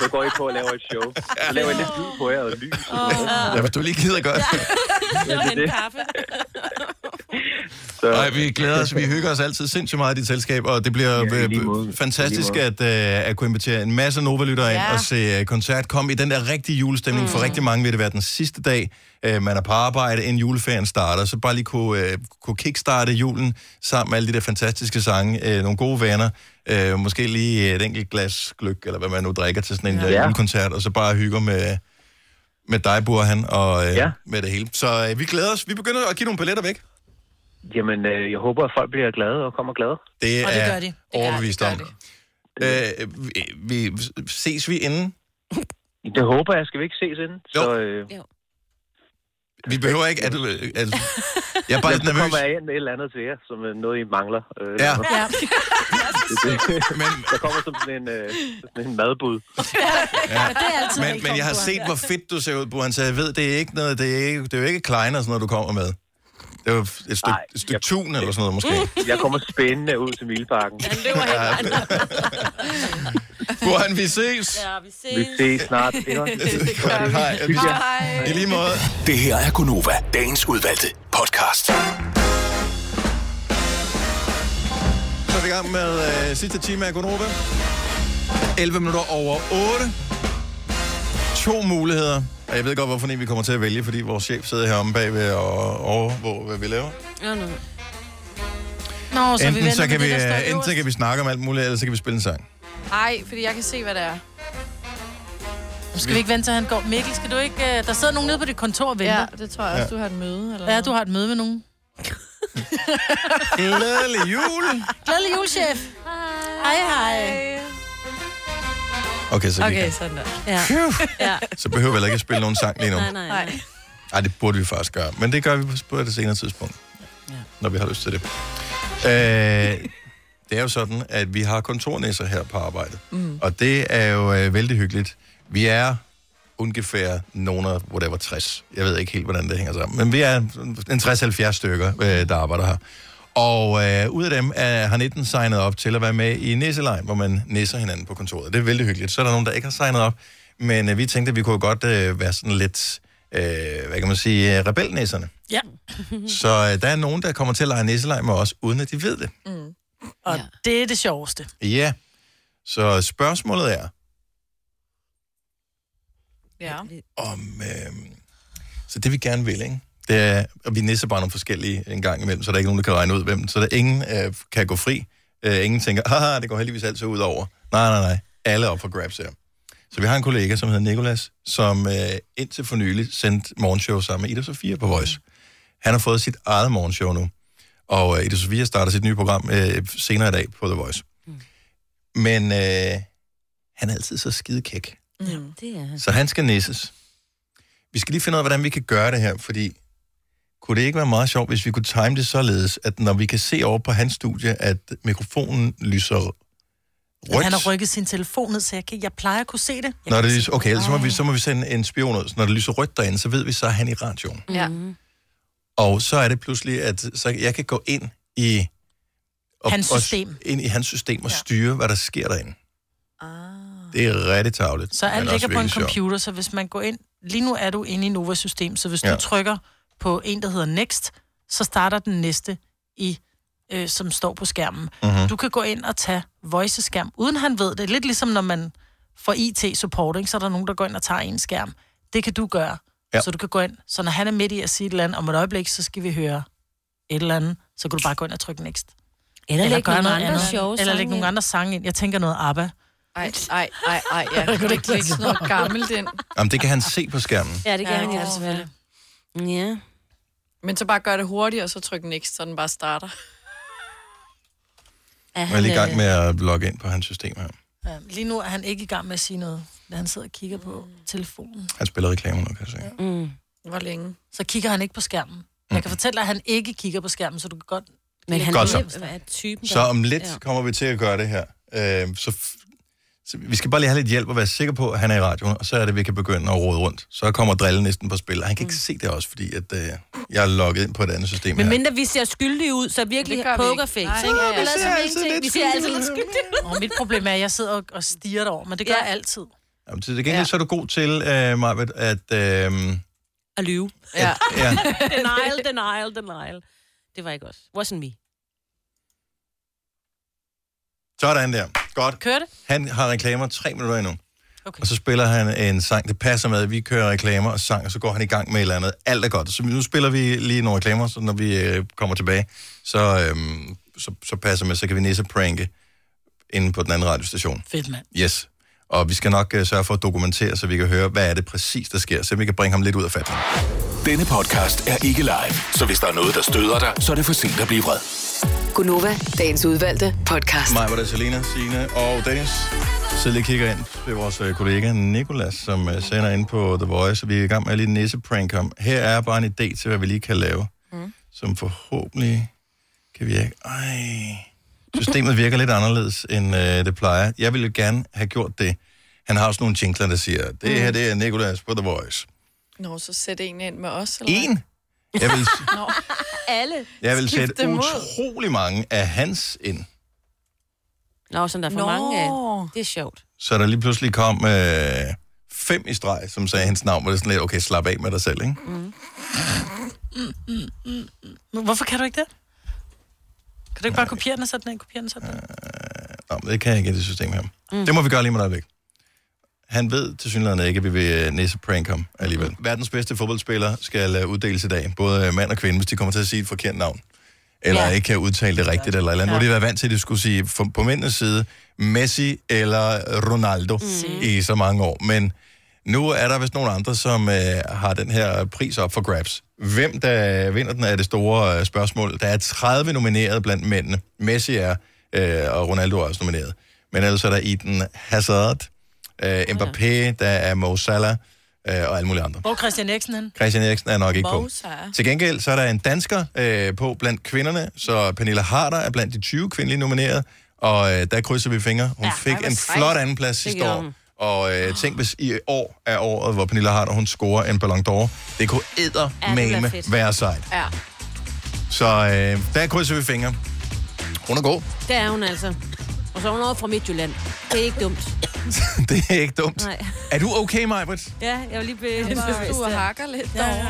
så går I på og laver et show. Så laver jeg lidt lyd på jer og lys. og sådan noget. Ja, hvis du lige gider godt. Ja, det er det. Nej, vi glæder os. Vi hygger os altid sindsligt meget i dit selskab, og det bliver ja, fantastisk at, øh, at kunne invitere en masse Nova-lyttere ja. ind og se øh, koncert. Kom i den der rigtige julestemning. Mm. For rigtig mange vil det være den sidste dag, øh, man er på arbejde, inden juleferien starter. Så bare lige kunne, øh, kunne kickstarte julen sammen med alle de der fantastiske sange. Øh, nogle gode vaner. Øh, måske lige et enkelt glas gløk, eller hvad man nu drikker til sådan en Ja. ja. Ja. julekoncert, og så bare hygge med, med dig, Burhan, og øh, ja. Ja. med det hele. Så øh, vi glæder os. Vi begynder at give nogle paletter væk. Jamen, øh, jeg håber, at folk bliver glade og kommer glade. Det, Og det er gør de. Det gør- overbevist det om. Øh, vi, vi, ses vi inden? Det håber jeg. Skal vi ikke ses inden? Jo. Så, øh, Vi behøver ikke... At, at, jeg er bare lidt så nervøs. kommer jeg ind med et eller andet til jer, som øh, noget, I mangler. Øh, ja. Ja. Men... Der kommer som sådan en, øh, sådan en madbud. Ja. Men det er altid men, men velkommen, jeg har Burhan. set, hvor fedt du ser ud, Burhan, så jeg ved, det er ikke noget, det er, ikke, det er jo ikke Klein og sådan noget, du kommer med. Det er jo et stykke, et stykke tun eller sådan noget, måske. Jeg kommer spændende ud til Mileparken. Han løber <laughs> helt Burhan, vi ses. Ja, vi ses. Vi ses snart. Det er godt. Det gør vi. Hej. vi. I lige måde. Det her er Gunova, dagens udvalgte podcast. Så er vi i gang med øh, sidste time af Gonova. 11 minutter over 8. To muligheder. Og jeg ved godt, hvorfor en vi kommer til at vælge, fordi vores chef sidder heromme bagved og overvåger, hvad vi laver. Ja, nu. Nå, Så enten, så kan vi, det, der står øh, enten så kan vi snakke om alt muligt, eller så kan vi spille en sang. Nej, fordi jeg kan se, hvad det er. Nu skal vi ikke vente, til han går. Mikkel, skal du ikke... øh, Der sidder nogen nede på dit kontor og venter. Ja, det tror jeg også, Ja. du har et møde. Eller Ja, du har et møde med nogen. Glædelig jul! Glædelig jul, chef. Hej, hej. Okay, så, okay. sådan der. Ja. ja. så behøver vi heller ikke at spille nogen sang lige nu. Nej, nej, nej. Nej, det burde vi faktisk gøre. Men det gør vi på- på et senere tidspunkt, ja. når vi har lyst til det. Øh, det er jo sådan, at vi har kontornæsser her på arbejdet. Mm. Og det er jo øh, vældig hyggeligt. Vi er ungefær nogen af, hvor der var 60. Jeg ved ikke helt, hvordan det hænger sammen. Men vi er en 60-70 stykker, øh, der arbejder her. Og øh, ud af dem er, har 19 signet op til at være med i Nisselejen, hvor man nisser hinanden på kontoret. Det er vældig hyggeligt. Så er der nogen, der ikke har signet op. Men øh, vi tænkte, at vi kunne godt øh, være sådan lidt, øh, hvad kan man sige, øh, rebelnæsserne. Ja. Så øh, der er nogen, der kommer til at lege nisselej med os, uden at de ved det. Og det er det sjoveste. Ja. Så spørgsmålet er, Ja. om... Øh, så det vi gerne vil, ikke? Det er, og vi nisser bare nogle forskellige en gang imellem, så der er ikke nogen, der kan regne ud, hvem. Så der ingen øh, kan gå fri. Øh, ingen tænker, haha, det går heldigvis altid ud over. Nej, nej, nej. Alle er op for grabs her. Så vi har en kollega, som hedder Nikolas, som øh, indtil for nylig sendte morgenshow sammen med Ida Sofia på Voice. Han har fået sit eget morgenshow nu. Og øh, Ida Sofia starter sit nye program øh, senere i dag på The Voice. Men øh, han er altid så skidekæk. Ja, det er han. Så han skal nisses. Vi skal lige finde ud af, hvordan vi kan gøre det her, fordi kunne det ikke være meget sjovt, hvis vi kunne time det således, at når vi kan se over på hans studie, at mikrofonen lyser rødt, Han har rykket sin telefon ned, så jeg, kan, jeg plejer at kunne se det. Jeg når kan det se lyser, okay, ellers så må, Ej. vi, så må vi sende en spion ud. Så når det lyser rødt derinde, så ved vi, så er han i radioen. Ja. Mm-hmm. Og så er det pludselig, at så jeg kan gå ind i... Hans system. Og, ind i hans system og styre, hvad der sker derinde. Ah. Det er rigtig tavligt. Så alt men også ligger på en virkelig sjovt. computer, så hvis man går ind... Lige nu er du inde i Novas system, så hvis ja. Ja. du trykker på en, der hedder Next, så starter den næste i øh, som står på skærmen. Mhm. Mm-hmm. Du kan gå ind og tage voice-skærm, uden han ved det. Lidt ligesom når man får IT-support, ikke? så er der nogen, der går ind og tager en skærm. Det kan du gøre. Ja. Ja. Så du kan gå ind. Så når han er midt i at sige et eller andet, om et øjeblik, så skal vi høre et eller andet. Så kan du bare gå ind og trykke next. Eller læg gøre nogle noget andre andet. sjove Eller sange lægge nogle ind. andre sange ind. Jeg tænker noget ABBA. Ej, ej, ej, ej, <laughs> ja. Det Det kunne er du ikke ikke sådan <laughs> noget gammelt ind. Jamen, det kan han se på skærmen. Ja, det kan han altså selvfølgelig. Ja. Men så bare gør det hurtigt, og så tryk next, så den bare starter. Jeg er lige i øh, øh, gang med at logge ind på hans system her. Ja, lige nu er han ikke i gang med at sige noget, da han sidder og kigger Mm. på telefonen. Han spiller reklamer nu, kan jeg se. Mm. Hvor længe? Så kigger han ikke på skærmen. Jeg kan fortælle dig, at han ikke kigger på skærmen, så du kan godt... Men han Godt ved, så. hvad er typen Så om lidt Ja. kommer vi til at gøre det her. Øh, så, f- så vi skal bare lige have lidt hjælp og være sikre på, at han er i radioen, og så er det, vi kan begynde at rode rundt. Så kommer drillen næsten på spil, og han kan ikke se det også, fordi at, øh, jeg er logget ind på et andet system Mm. Men her. mindre vi ser skyldige ud, så virkelig Det gør vi ikke. pokerface. Nej, ikke? ja, Vi ja. lader Vi som ser ingenting. altid lidt Vi ser altid skyldige lidt ud. skyldige ud. Og mit problem er, at jeg sidder og, og stiger derover, men det gør ja. jeg altid. Jamen, til det gengæld så er du god til, øh, Marvitt, at... Øh, at <laughs> lyve. Ja. ja. denial, denial, denial. Det var ikke os. Wasn't me. Sådan der. Godt. Kører det? Han har reklamer tre minutter endnu. Okay. Og så spiller han en sang, det passer med, at vi kører reklamer og sang, og så går han i gang med et eller andet. Alt er godt. Så nu spiller vi lige nogle reklamer, så når vi øh, kommer tilbage, så, øhm, så, så passer med, så kan vi næse pranke inde på den anden radiostation. Fedt, mand. Yes. Og vi skal nok øh, sørge for at dokumentere, så vi kan høre, hvad er det præcis, der sker, så vi kan bringe ham lidt ud af fatning. Denne podcast er ikke live, så hvis der er noget, der støder dig, så er det for sent at blive vred. Gunova, dagens udvalgte podcast. Mig var det Selena, Signe og Dennis. Så lige kigger ind til vores øh, kollega Nikolas, som øh, sender ind på The Voice, og vi er i gang med at lige nisseprank ham. Her er bare en idé til, hvad vi lige kan lave, mm. som forhåbentlig kan virke. Ej. Systemet virker lidt anderledes, end øh, det plejer. Jeg ville gerne have gjort det. Han har også nogle jingler, der siger, det her det er Nikolas på The Voice. Nå, så sæt en ind med os, eller En? Jeg vil, Nå, alle. jeg vil Skift sætte dem ud. utrolig mange af hans ind. Nå, sådan der er for Nå. mange af. Det er sjovt. Så der lige pludselig kom øh, fem i streg, som sagde hans navn, og det er sådan lidt, okay, slap af med dig selv, ikke? Men Hvorfor kan du ikke det? Kan du ikke bare kopiere den og sætte den ind, kopiere den og sætte den ind? Nå, men det kan jeg ikke i det system her. Mm. Det må vi gøre lige med dig væk. Han ved til synligheden ikke, at vi vil næse prank ham alligevel. Mm. Verdens bedste fodboldspiller skal øh, uddeles i dag, både øh, mand og kvinde, hvis de kommer til at sige et forkert navn. Eller ja. ikke kan udtale det rigtigt, eller et eller andet. Ja. Nu har de været vant til, at de skulle sige for- på mændenes side, Messi eller Ronaldo mm. i så mange år. Men nu er der vist nogle andre, som øh, har den her pris op for grabs. Hvem der vinder den, er det store øh, spørgsmål. Der er 30 nomineret blandt mændene. Messi er, øh, og Ronaldo er også nomineret. Men ellers er der Eden Hazard, øh, Mbappé, der er Mo Salah øh, og alle mulige andre. Hvor er Christian Eriksen hen? Christian Eriksen er nok ikke på. Mozart. Til gengæld så er der en dansker øh, på blandt kvinderne, så Pernille Harder er blandt de 20 kvindelige nominerede, og øh, der krydser vi fingre. Hun ja, fik en flot anden plads Det sidste gjorde år. hun. Og øh, tænk, hvis i år er året, hvor Pernille Harder, hun scorer en Ballon d'Or. Det kunne eddermame fedt. være sejt. Ja. Så øh, der krydser vi fingre. Hun er god. <laughs> Det er hun altså. Og så er hun over fra Midtjylland. Det er ikke dumt. det er ikke dumt. Nej. Er du okay, Majbert? Ja, jeg vil lige blive... Jeg <laughs> synes, du hakker lidt ja, ja,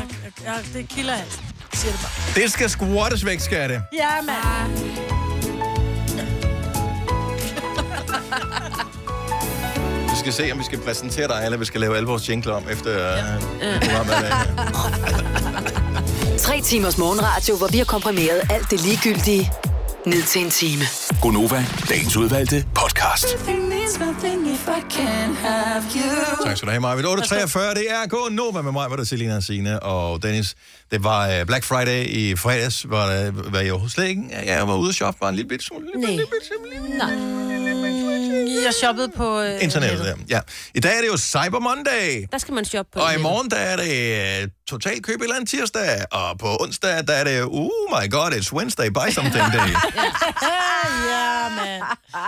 ja, det kilder alt. Jeg Siger det bare. Det skal squattes væk, skal det. Ja, mand. Vi skal se, om vi skal præsentere dig, eller vi skal lave alle vores jingler om efter... Øh, programmet. Øh. Tre timers morgenradio, hvor vi har komprimeret alt det ligegyldige ned til en time. Gonova, dagens udvalgte podcast. <laughs> Tak skal du have, Marvitt. 8.43, det er gå Nova med mig, hvor der er Selina, Signe og Dennis. Det var øh, Black Friday i fredags, øh, hvor der var jeg jo slet ikke. Jeg var ude at shoppe bare en lille bit smule. Nej. Nej. Jeg shoppede på... Øh, Internettet, ja. ja. I dag er det jo Cyber Monday. Der skal man shoppe på Og i nettet. morgen, der er det øh, total køb et eller andet tirsdag. Og på onsdag, der er det, oh my god, it's Wednesday, buy something day. <laughs> ja, man.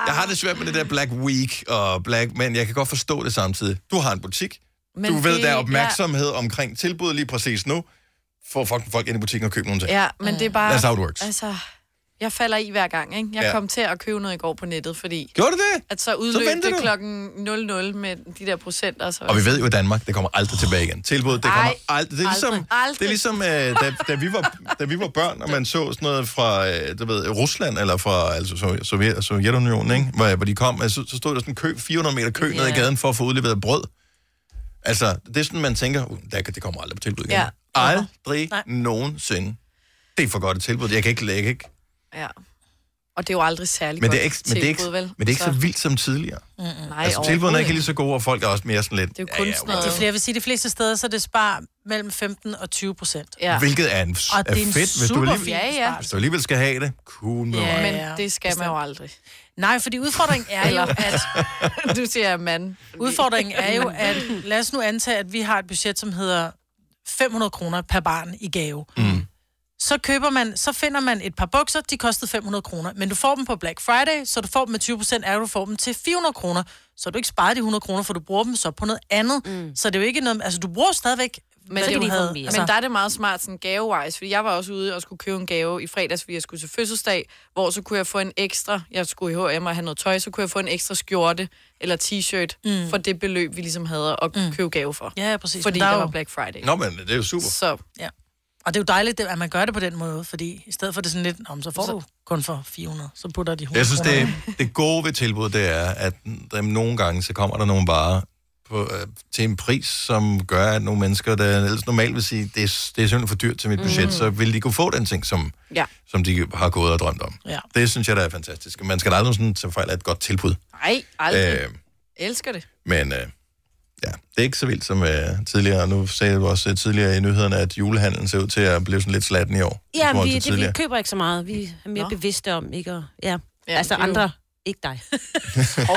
Jeg har det svært med det der Black Week og Black, men jeg kan godt forstå det samtidig. Du har en butik. Men Men du ved, det- der er opmærksomhed ja. omkring tilbud lige præcis nu. Få fucking folk ind i butikken og købe nogle ting. Ja, men det er bare... That's how it works. Altså, jeg falder i hver gang, ikke? Jeg Ja. ja. kom til at købe noget i går på nettet, fordi... Gjorde du det? At så udløb ventede det du. klokken 00 med de der procenter. Så... Og vi ved jo i Danmark, det kommer aldrig tilbage igen. Tilbud, det kommer aldrig. Det er ligesom, aldrig, aldrig. Det er ligesom øh, da, da, vi var, da vi var børn, og man så sådan noget fra øh, du ved, Rusland, eller fra altså, Sov- Sovjet, Sovjetunionen, ikke? Hvor, hvor de kom, altså, så stod der sådan en kø, 400 meter kø yeah. ned i Ja. gaden for at få udleveret brød. Altså, det er sådan, man tænker, uh, der, kan- det kommer aldrig på tilbud igen. Ja. Aldrig Nej. nogensinde. Det er for godt et tilbud. Jeg kan ikke, jeg kan ikke. Ja. Og det er jo aldrig særlig Men det, er godt ikke, men, det er ikke, tilbud, vel? men det er ikke så vildt som tidligere. Mm-mm. Nej, altså, tilbudene er ikke overhovedet lige så gode, og folk er også mere sådan lidt... Det er jo kun sådan Det er noget... flere, jeg vil sige, de fleste steder, så er det spar mellem 15 og 20 procent. Ja. Hvilket er en- og det er er en fedt, hvis du super alligevel- fin Ja, ja. Hvis du alligevel skal have det, cool. med mig. Ja, men det skal man jo aldrig. <laughs> Nej, fordi udfordringen er jo, at... Du siger mand. Udfordringen er jo, at lad os nu antage, at vi har et budget, som hedder 500 kroner per barn i gave. Mm. Så køber man, så finder man et par bukser, de kostede 500 kroner, men du får dem på Black Friday, så du får dem med 20 procent, er du får dem til 400 kroner, så du ikke sparer de 100 kroner, for du bruger dem så på noget andet. Mm. Så det er jo ikke noget, altså du bruger stadigvæk, Men, det, du det, havde, altså. men der er det meget smart sådan gavewise, fordi jeg var også ude og skulle købe en gave i fredags, fordi jeg skulle til fødselsdag, hvor så kunne jeg få en ekstra, jeg skulle i H&M og have noget tøj, så kunne jeg få en ekstra skjorte eller t-shirt Mm. mm. for det beløb, vi ligesom havde at købe gave for. Ja, ja, præcis. Fordi Men der der, er der jo- var Black Friday. Nå, men det er jo super. Så, ja. Og det er jo dejligt, det- at man gør det på den måde, fordi i stedet for det sådan lidt, om så får du kun for 400, så putter de 100 Jeg synes, det, kroner i. det gode ved tilbud, det er, at der, nogle gange, så kommer der nogle varer på, øh, til en pris, som gør, at nogle mennesker, der ellers normalt vil sige, det er, s- det er simpelthen for dyrt til mit budget, Mm. mm. så vil de kunne få den ting, som, Ja. som de har gået og drømt om. Ja. Det synes jeg, der er fantastisk. Man skal da aldrig sådan tage fejl af et godt tilbud. Nej, aldrig. Øh, Øh. Elsker <laughs> det. men øh, ja, det er ikke så vildt som øh, tidligere. Nu sagde du også øh, tidligere i nyhederne, at julehandlen ser ud til at blive sådan lidt slatten i år. i Ja, forhold men vi, til det, vi tidligere. køber ikke så meget. Vi er mere Nå. bevidste om, ikke? Og, ja. ja, Ja, altså det er jo- andre, ikke dig. <laughs>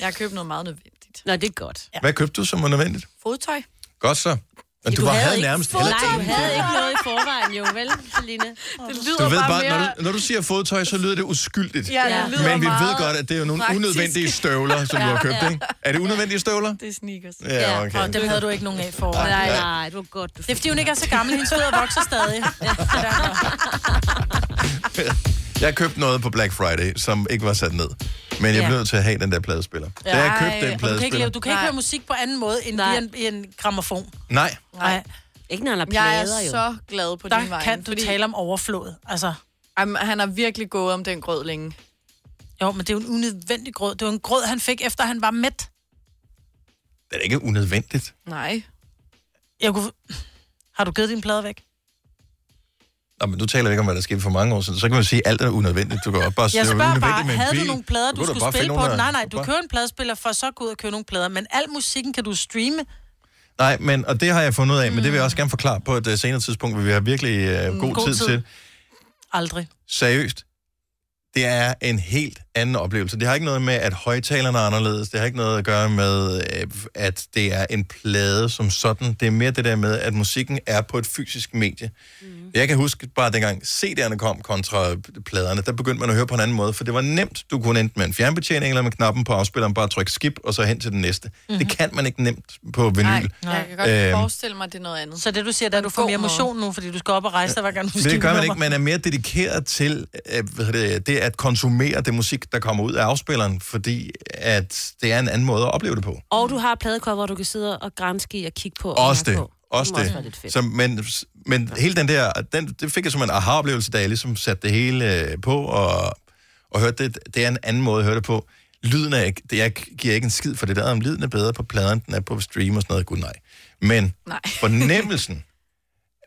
Jeg har købt noget meget nødvendigt. Nå, det er godt. Ja. Hvad købte du, som var nødvendigt? Fodtøj. Godt så. Men du, du var, havde, havde nærmest heller Nej, du tænkt havde det. ikke noget i forvejen, jo vel, Selina? Det Du ved bare, når, du, når du siger fodtøj, så lyder det uskyldigt. Ja, det lyder Men vi ved meget godt, at det er jo nogle praktisk. unødvendige støvler, som du har købt, Ja. ikke? Er det unødvendige støvler? Det er sneakers. Ja, okay. Og dem havde du ikke nogen af for. Nej, Nej, nej. nej, det var godt. Det er fordi, hun ikke er så gammel. Hendes fødder vokser <laughs> stadig. Jeg købte noget på Black Friday, som ikke var sat ned. Men jeg Ja. blev nødt til at have den der pladespiller. Da jeg købte den Og Du kan ikke, pladespiller... lave, du kan ikke høre musik på anden måde end via en, i en gramofon. Nej, Nej. Ikke når han har Jeg er så glad på Der din vej. kan du tale om overflod. Altså. Jamen, han har virkelig gået om den grød længe. Jo, men det er jo en unødvendig grød. Det var en grød, han fik, efter han var mæt. det er da ikke unødvendigt. Nej. Jeg kunne... Har du givet din plade væk? Nå, men du taler ikke om, hvad der skete for mange år siden. Så kan man sige, at alt er unødvendigt. Du kan godt bare Jeg det er spørger unødvendigt bare, med en havde du bil. nogle plader, du, kunne da skulle bare finde spille på? nogle, Den? der- Nej, nej, du bare- køber en pladespiller for så at gå ud og købe nogle plader. Men al musikken kan du streame. Nej, men, og det har jeg fundet ud af, men det Mm. vil jeg også gerne forklare på et øh, senere tidspunkt, hvor vi har virkelig uh, god, god tid, tid til. Aldrig. seriøst, det er en helt anden oplevelse. Det har ikke noget med, at højtalerne er anderledes. Det har ikke noget at gøre med, øh, at det er en plade som sådan. Det er mere det der med, at musikken er på et fysisk medie. Mm. Jeg kan huske bare dengang CD'erne kom kontra pladerne, der begyndte man at høre på en anden måde, for det var nemt. Du kunne enten med en fjernbetjening eller med knappen på afspilleren bare trykke skip og så hen til den næste. Mm-hmm. Det kan man ikke nemt på vinyl. Nej, jeg kan godt Øhm, forestille mig, at det er noget andet. Så det, du siger, det er, at du får mere motion nu, fordi du skal op og rejse dig hver gang, du Men det gør man skifter ikke. Man er mere dedikeret til øh, hvad hedder det, det at konsumere det musik, der kommer ud af afspilleren, fordi at det er en anden måde at opleve det på. Og du har pladecover, hvor du kan sidde og granske og kigge på. og Også det. mærke på. Også må også være det. lidt fedt. Så, men men hele den der, den, det fik jeg som en aha-oplevelse, da jeg ligesom satte det hele øh, på og, og hørte det. Det er en anden måde at høre det på. Lyden er ikke, det, jeg giver ikke en skid for det der, om lyden er bedre på pladen, den er på stream og sådan noget. Gud nej. Men Nej. fornemmelsen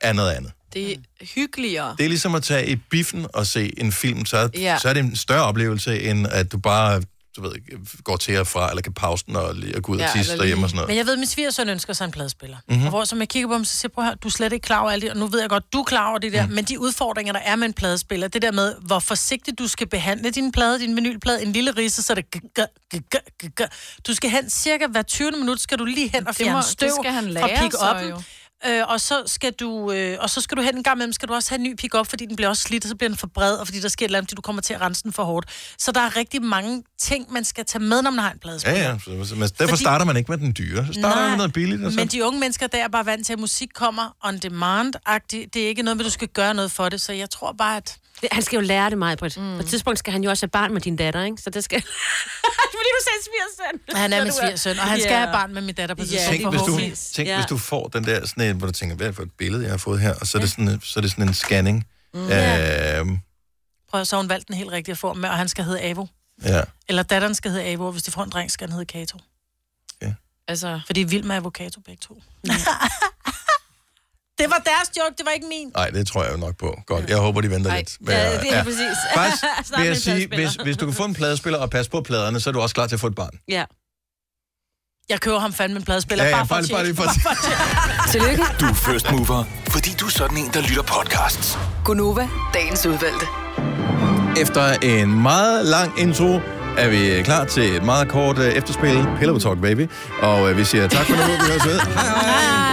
er noget andet. Det er hyggeligere. Det er ligesom at tage i biffen og se en film, så, Ja. ja. så er det en større oplevelse, end at du bare du ved, ikke, går til og fra, eller kan pause den og, lige- og gå ud og Ja, tisse eller derhjemme og sådan lige- noget. Men jeg ved, at min svigersøn ønsker sig en pladespiller. Mhm. Mm-hmm. Og hvor som jeg kigger på ham, så siger jeg, prøv her, du er slet ikke klar over alt det, og nu ved jeg godt, du er klar over det der, mm. Mhm. men de udfordringer, der er med en pladespiller, det der med, hvor forsigtigt du skal behandle din plade, din vinylplade, en lille risse, så det g- g- g- g- g- Du skal hen cirka hver 20. minut, skal du lige hen og Det må- fjerne det støv skal han fra lære pick sig jo. Øh, og, så skal du, øh, og så skal du hen en gang imellem, skal du også have en ny pick-up, fordi den bliver også slidt, og så bliver den for bred, og fordi der sker et eller andet, fordi du kommer til at rense den for hårdt. Så der er rigtig mange ting, man skal tage med, når man har en pladespiller. Ja, ja. Så, så, men derfor Fordi- starter man ikke med den dyre. Så starter man med noget billigt. altså. Og så... Men de unge mennesker der er bare vant til, at musik kommer on demand -agtigt. Det er ikke noget med, du skal gøre noget for det, så jeg tror bare, at... Han skal jo lære det, mig, Britt. Mm. På et tidspunkt skal han jo også have barn med din datter, ikke? Så det skal... <laughs> Fordi du sagde svigersøn. Han er Så min du er- svigersøn, og han skal Ja. have barn med min datter på et Ja, tidspunkt. Tænk, hvis du, forhåbentlig. tænk hvis du får den der, sådan en, hvor du tænker, hvad er det for et billede, jeg har fået her? Og så er det sådan, så er det sådan en scanning. Mm. Mm. Øhm, Prøv at så har hun valgt den helt rigtige form med, og han skal hedde Avo. ja. Eller datteren skal hedde Avo, og hvis de får en dreng, skal han hedde Kato. Altså... For de er vild med avocato begge to. <laughs> Det var deres joke, det var ikke min. Nej, det tror jeg jo nok på. Godt, jeg håber, de venter Ej, lidt. ja, det er lige præcis. Faktisk <laughs> vil Snak med jeg en sige, pladespiller. hvis, hvis du kan få en pladespiller og passe på pladerne, så er du også klar til at få et barn. Ja. Jeg køber ham fandme en pladespiller, Ja, ja, bare for bare at lige- bare lige tjekke. <laughs> for at Bare for at tjekke. Tillykke. Du er first mover, fordi du er sådan en, der lytter podcasts. Gunova, dagens udvalgte. Efter en meget lang intro er vi klar til et meget kort øh, efterspil. Pillow Talk, baby. Og øh, vi siger tak for nu. Vi høres ved. Hej, hej.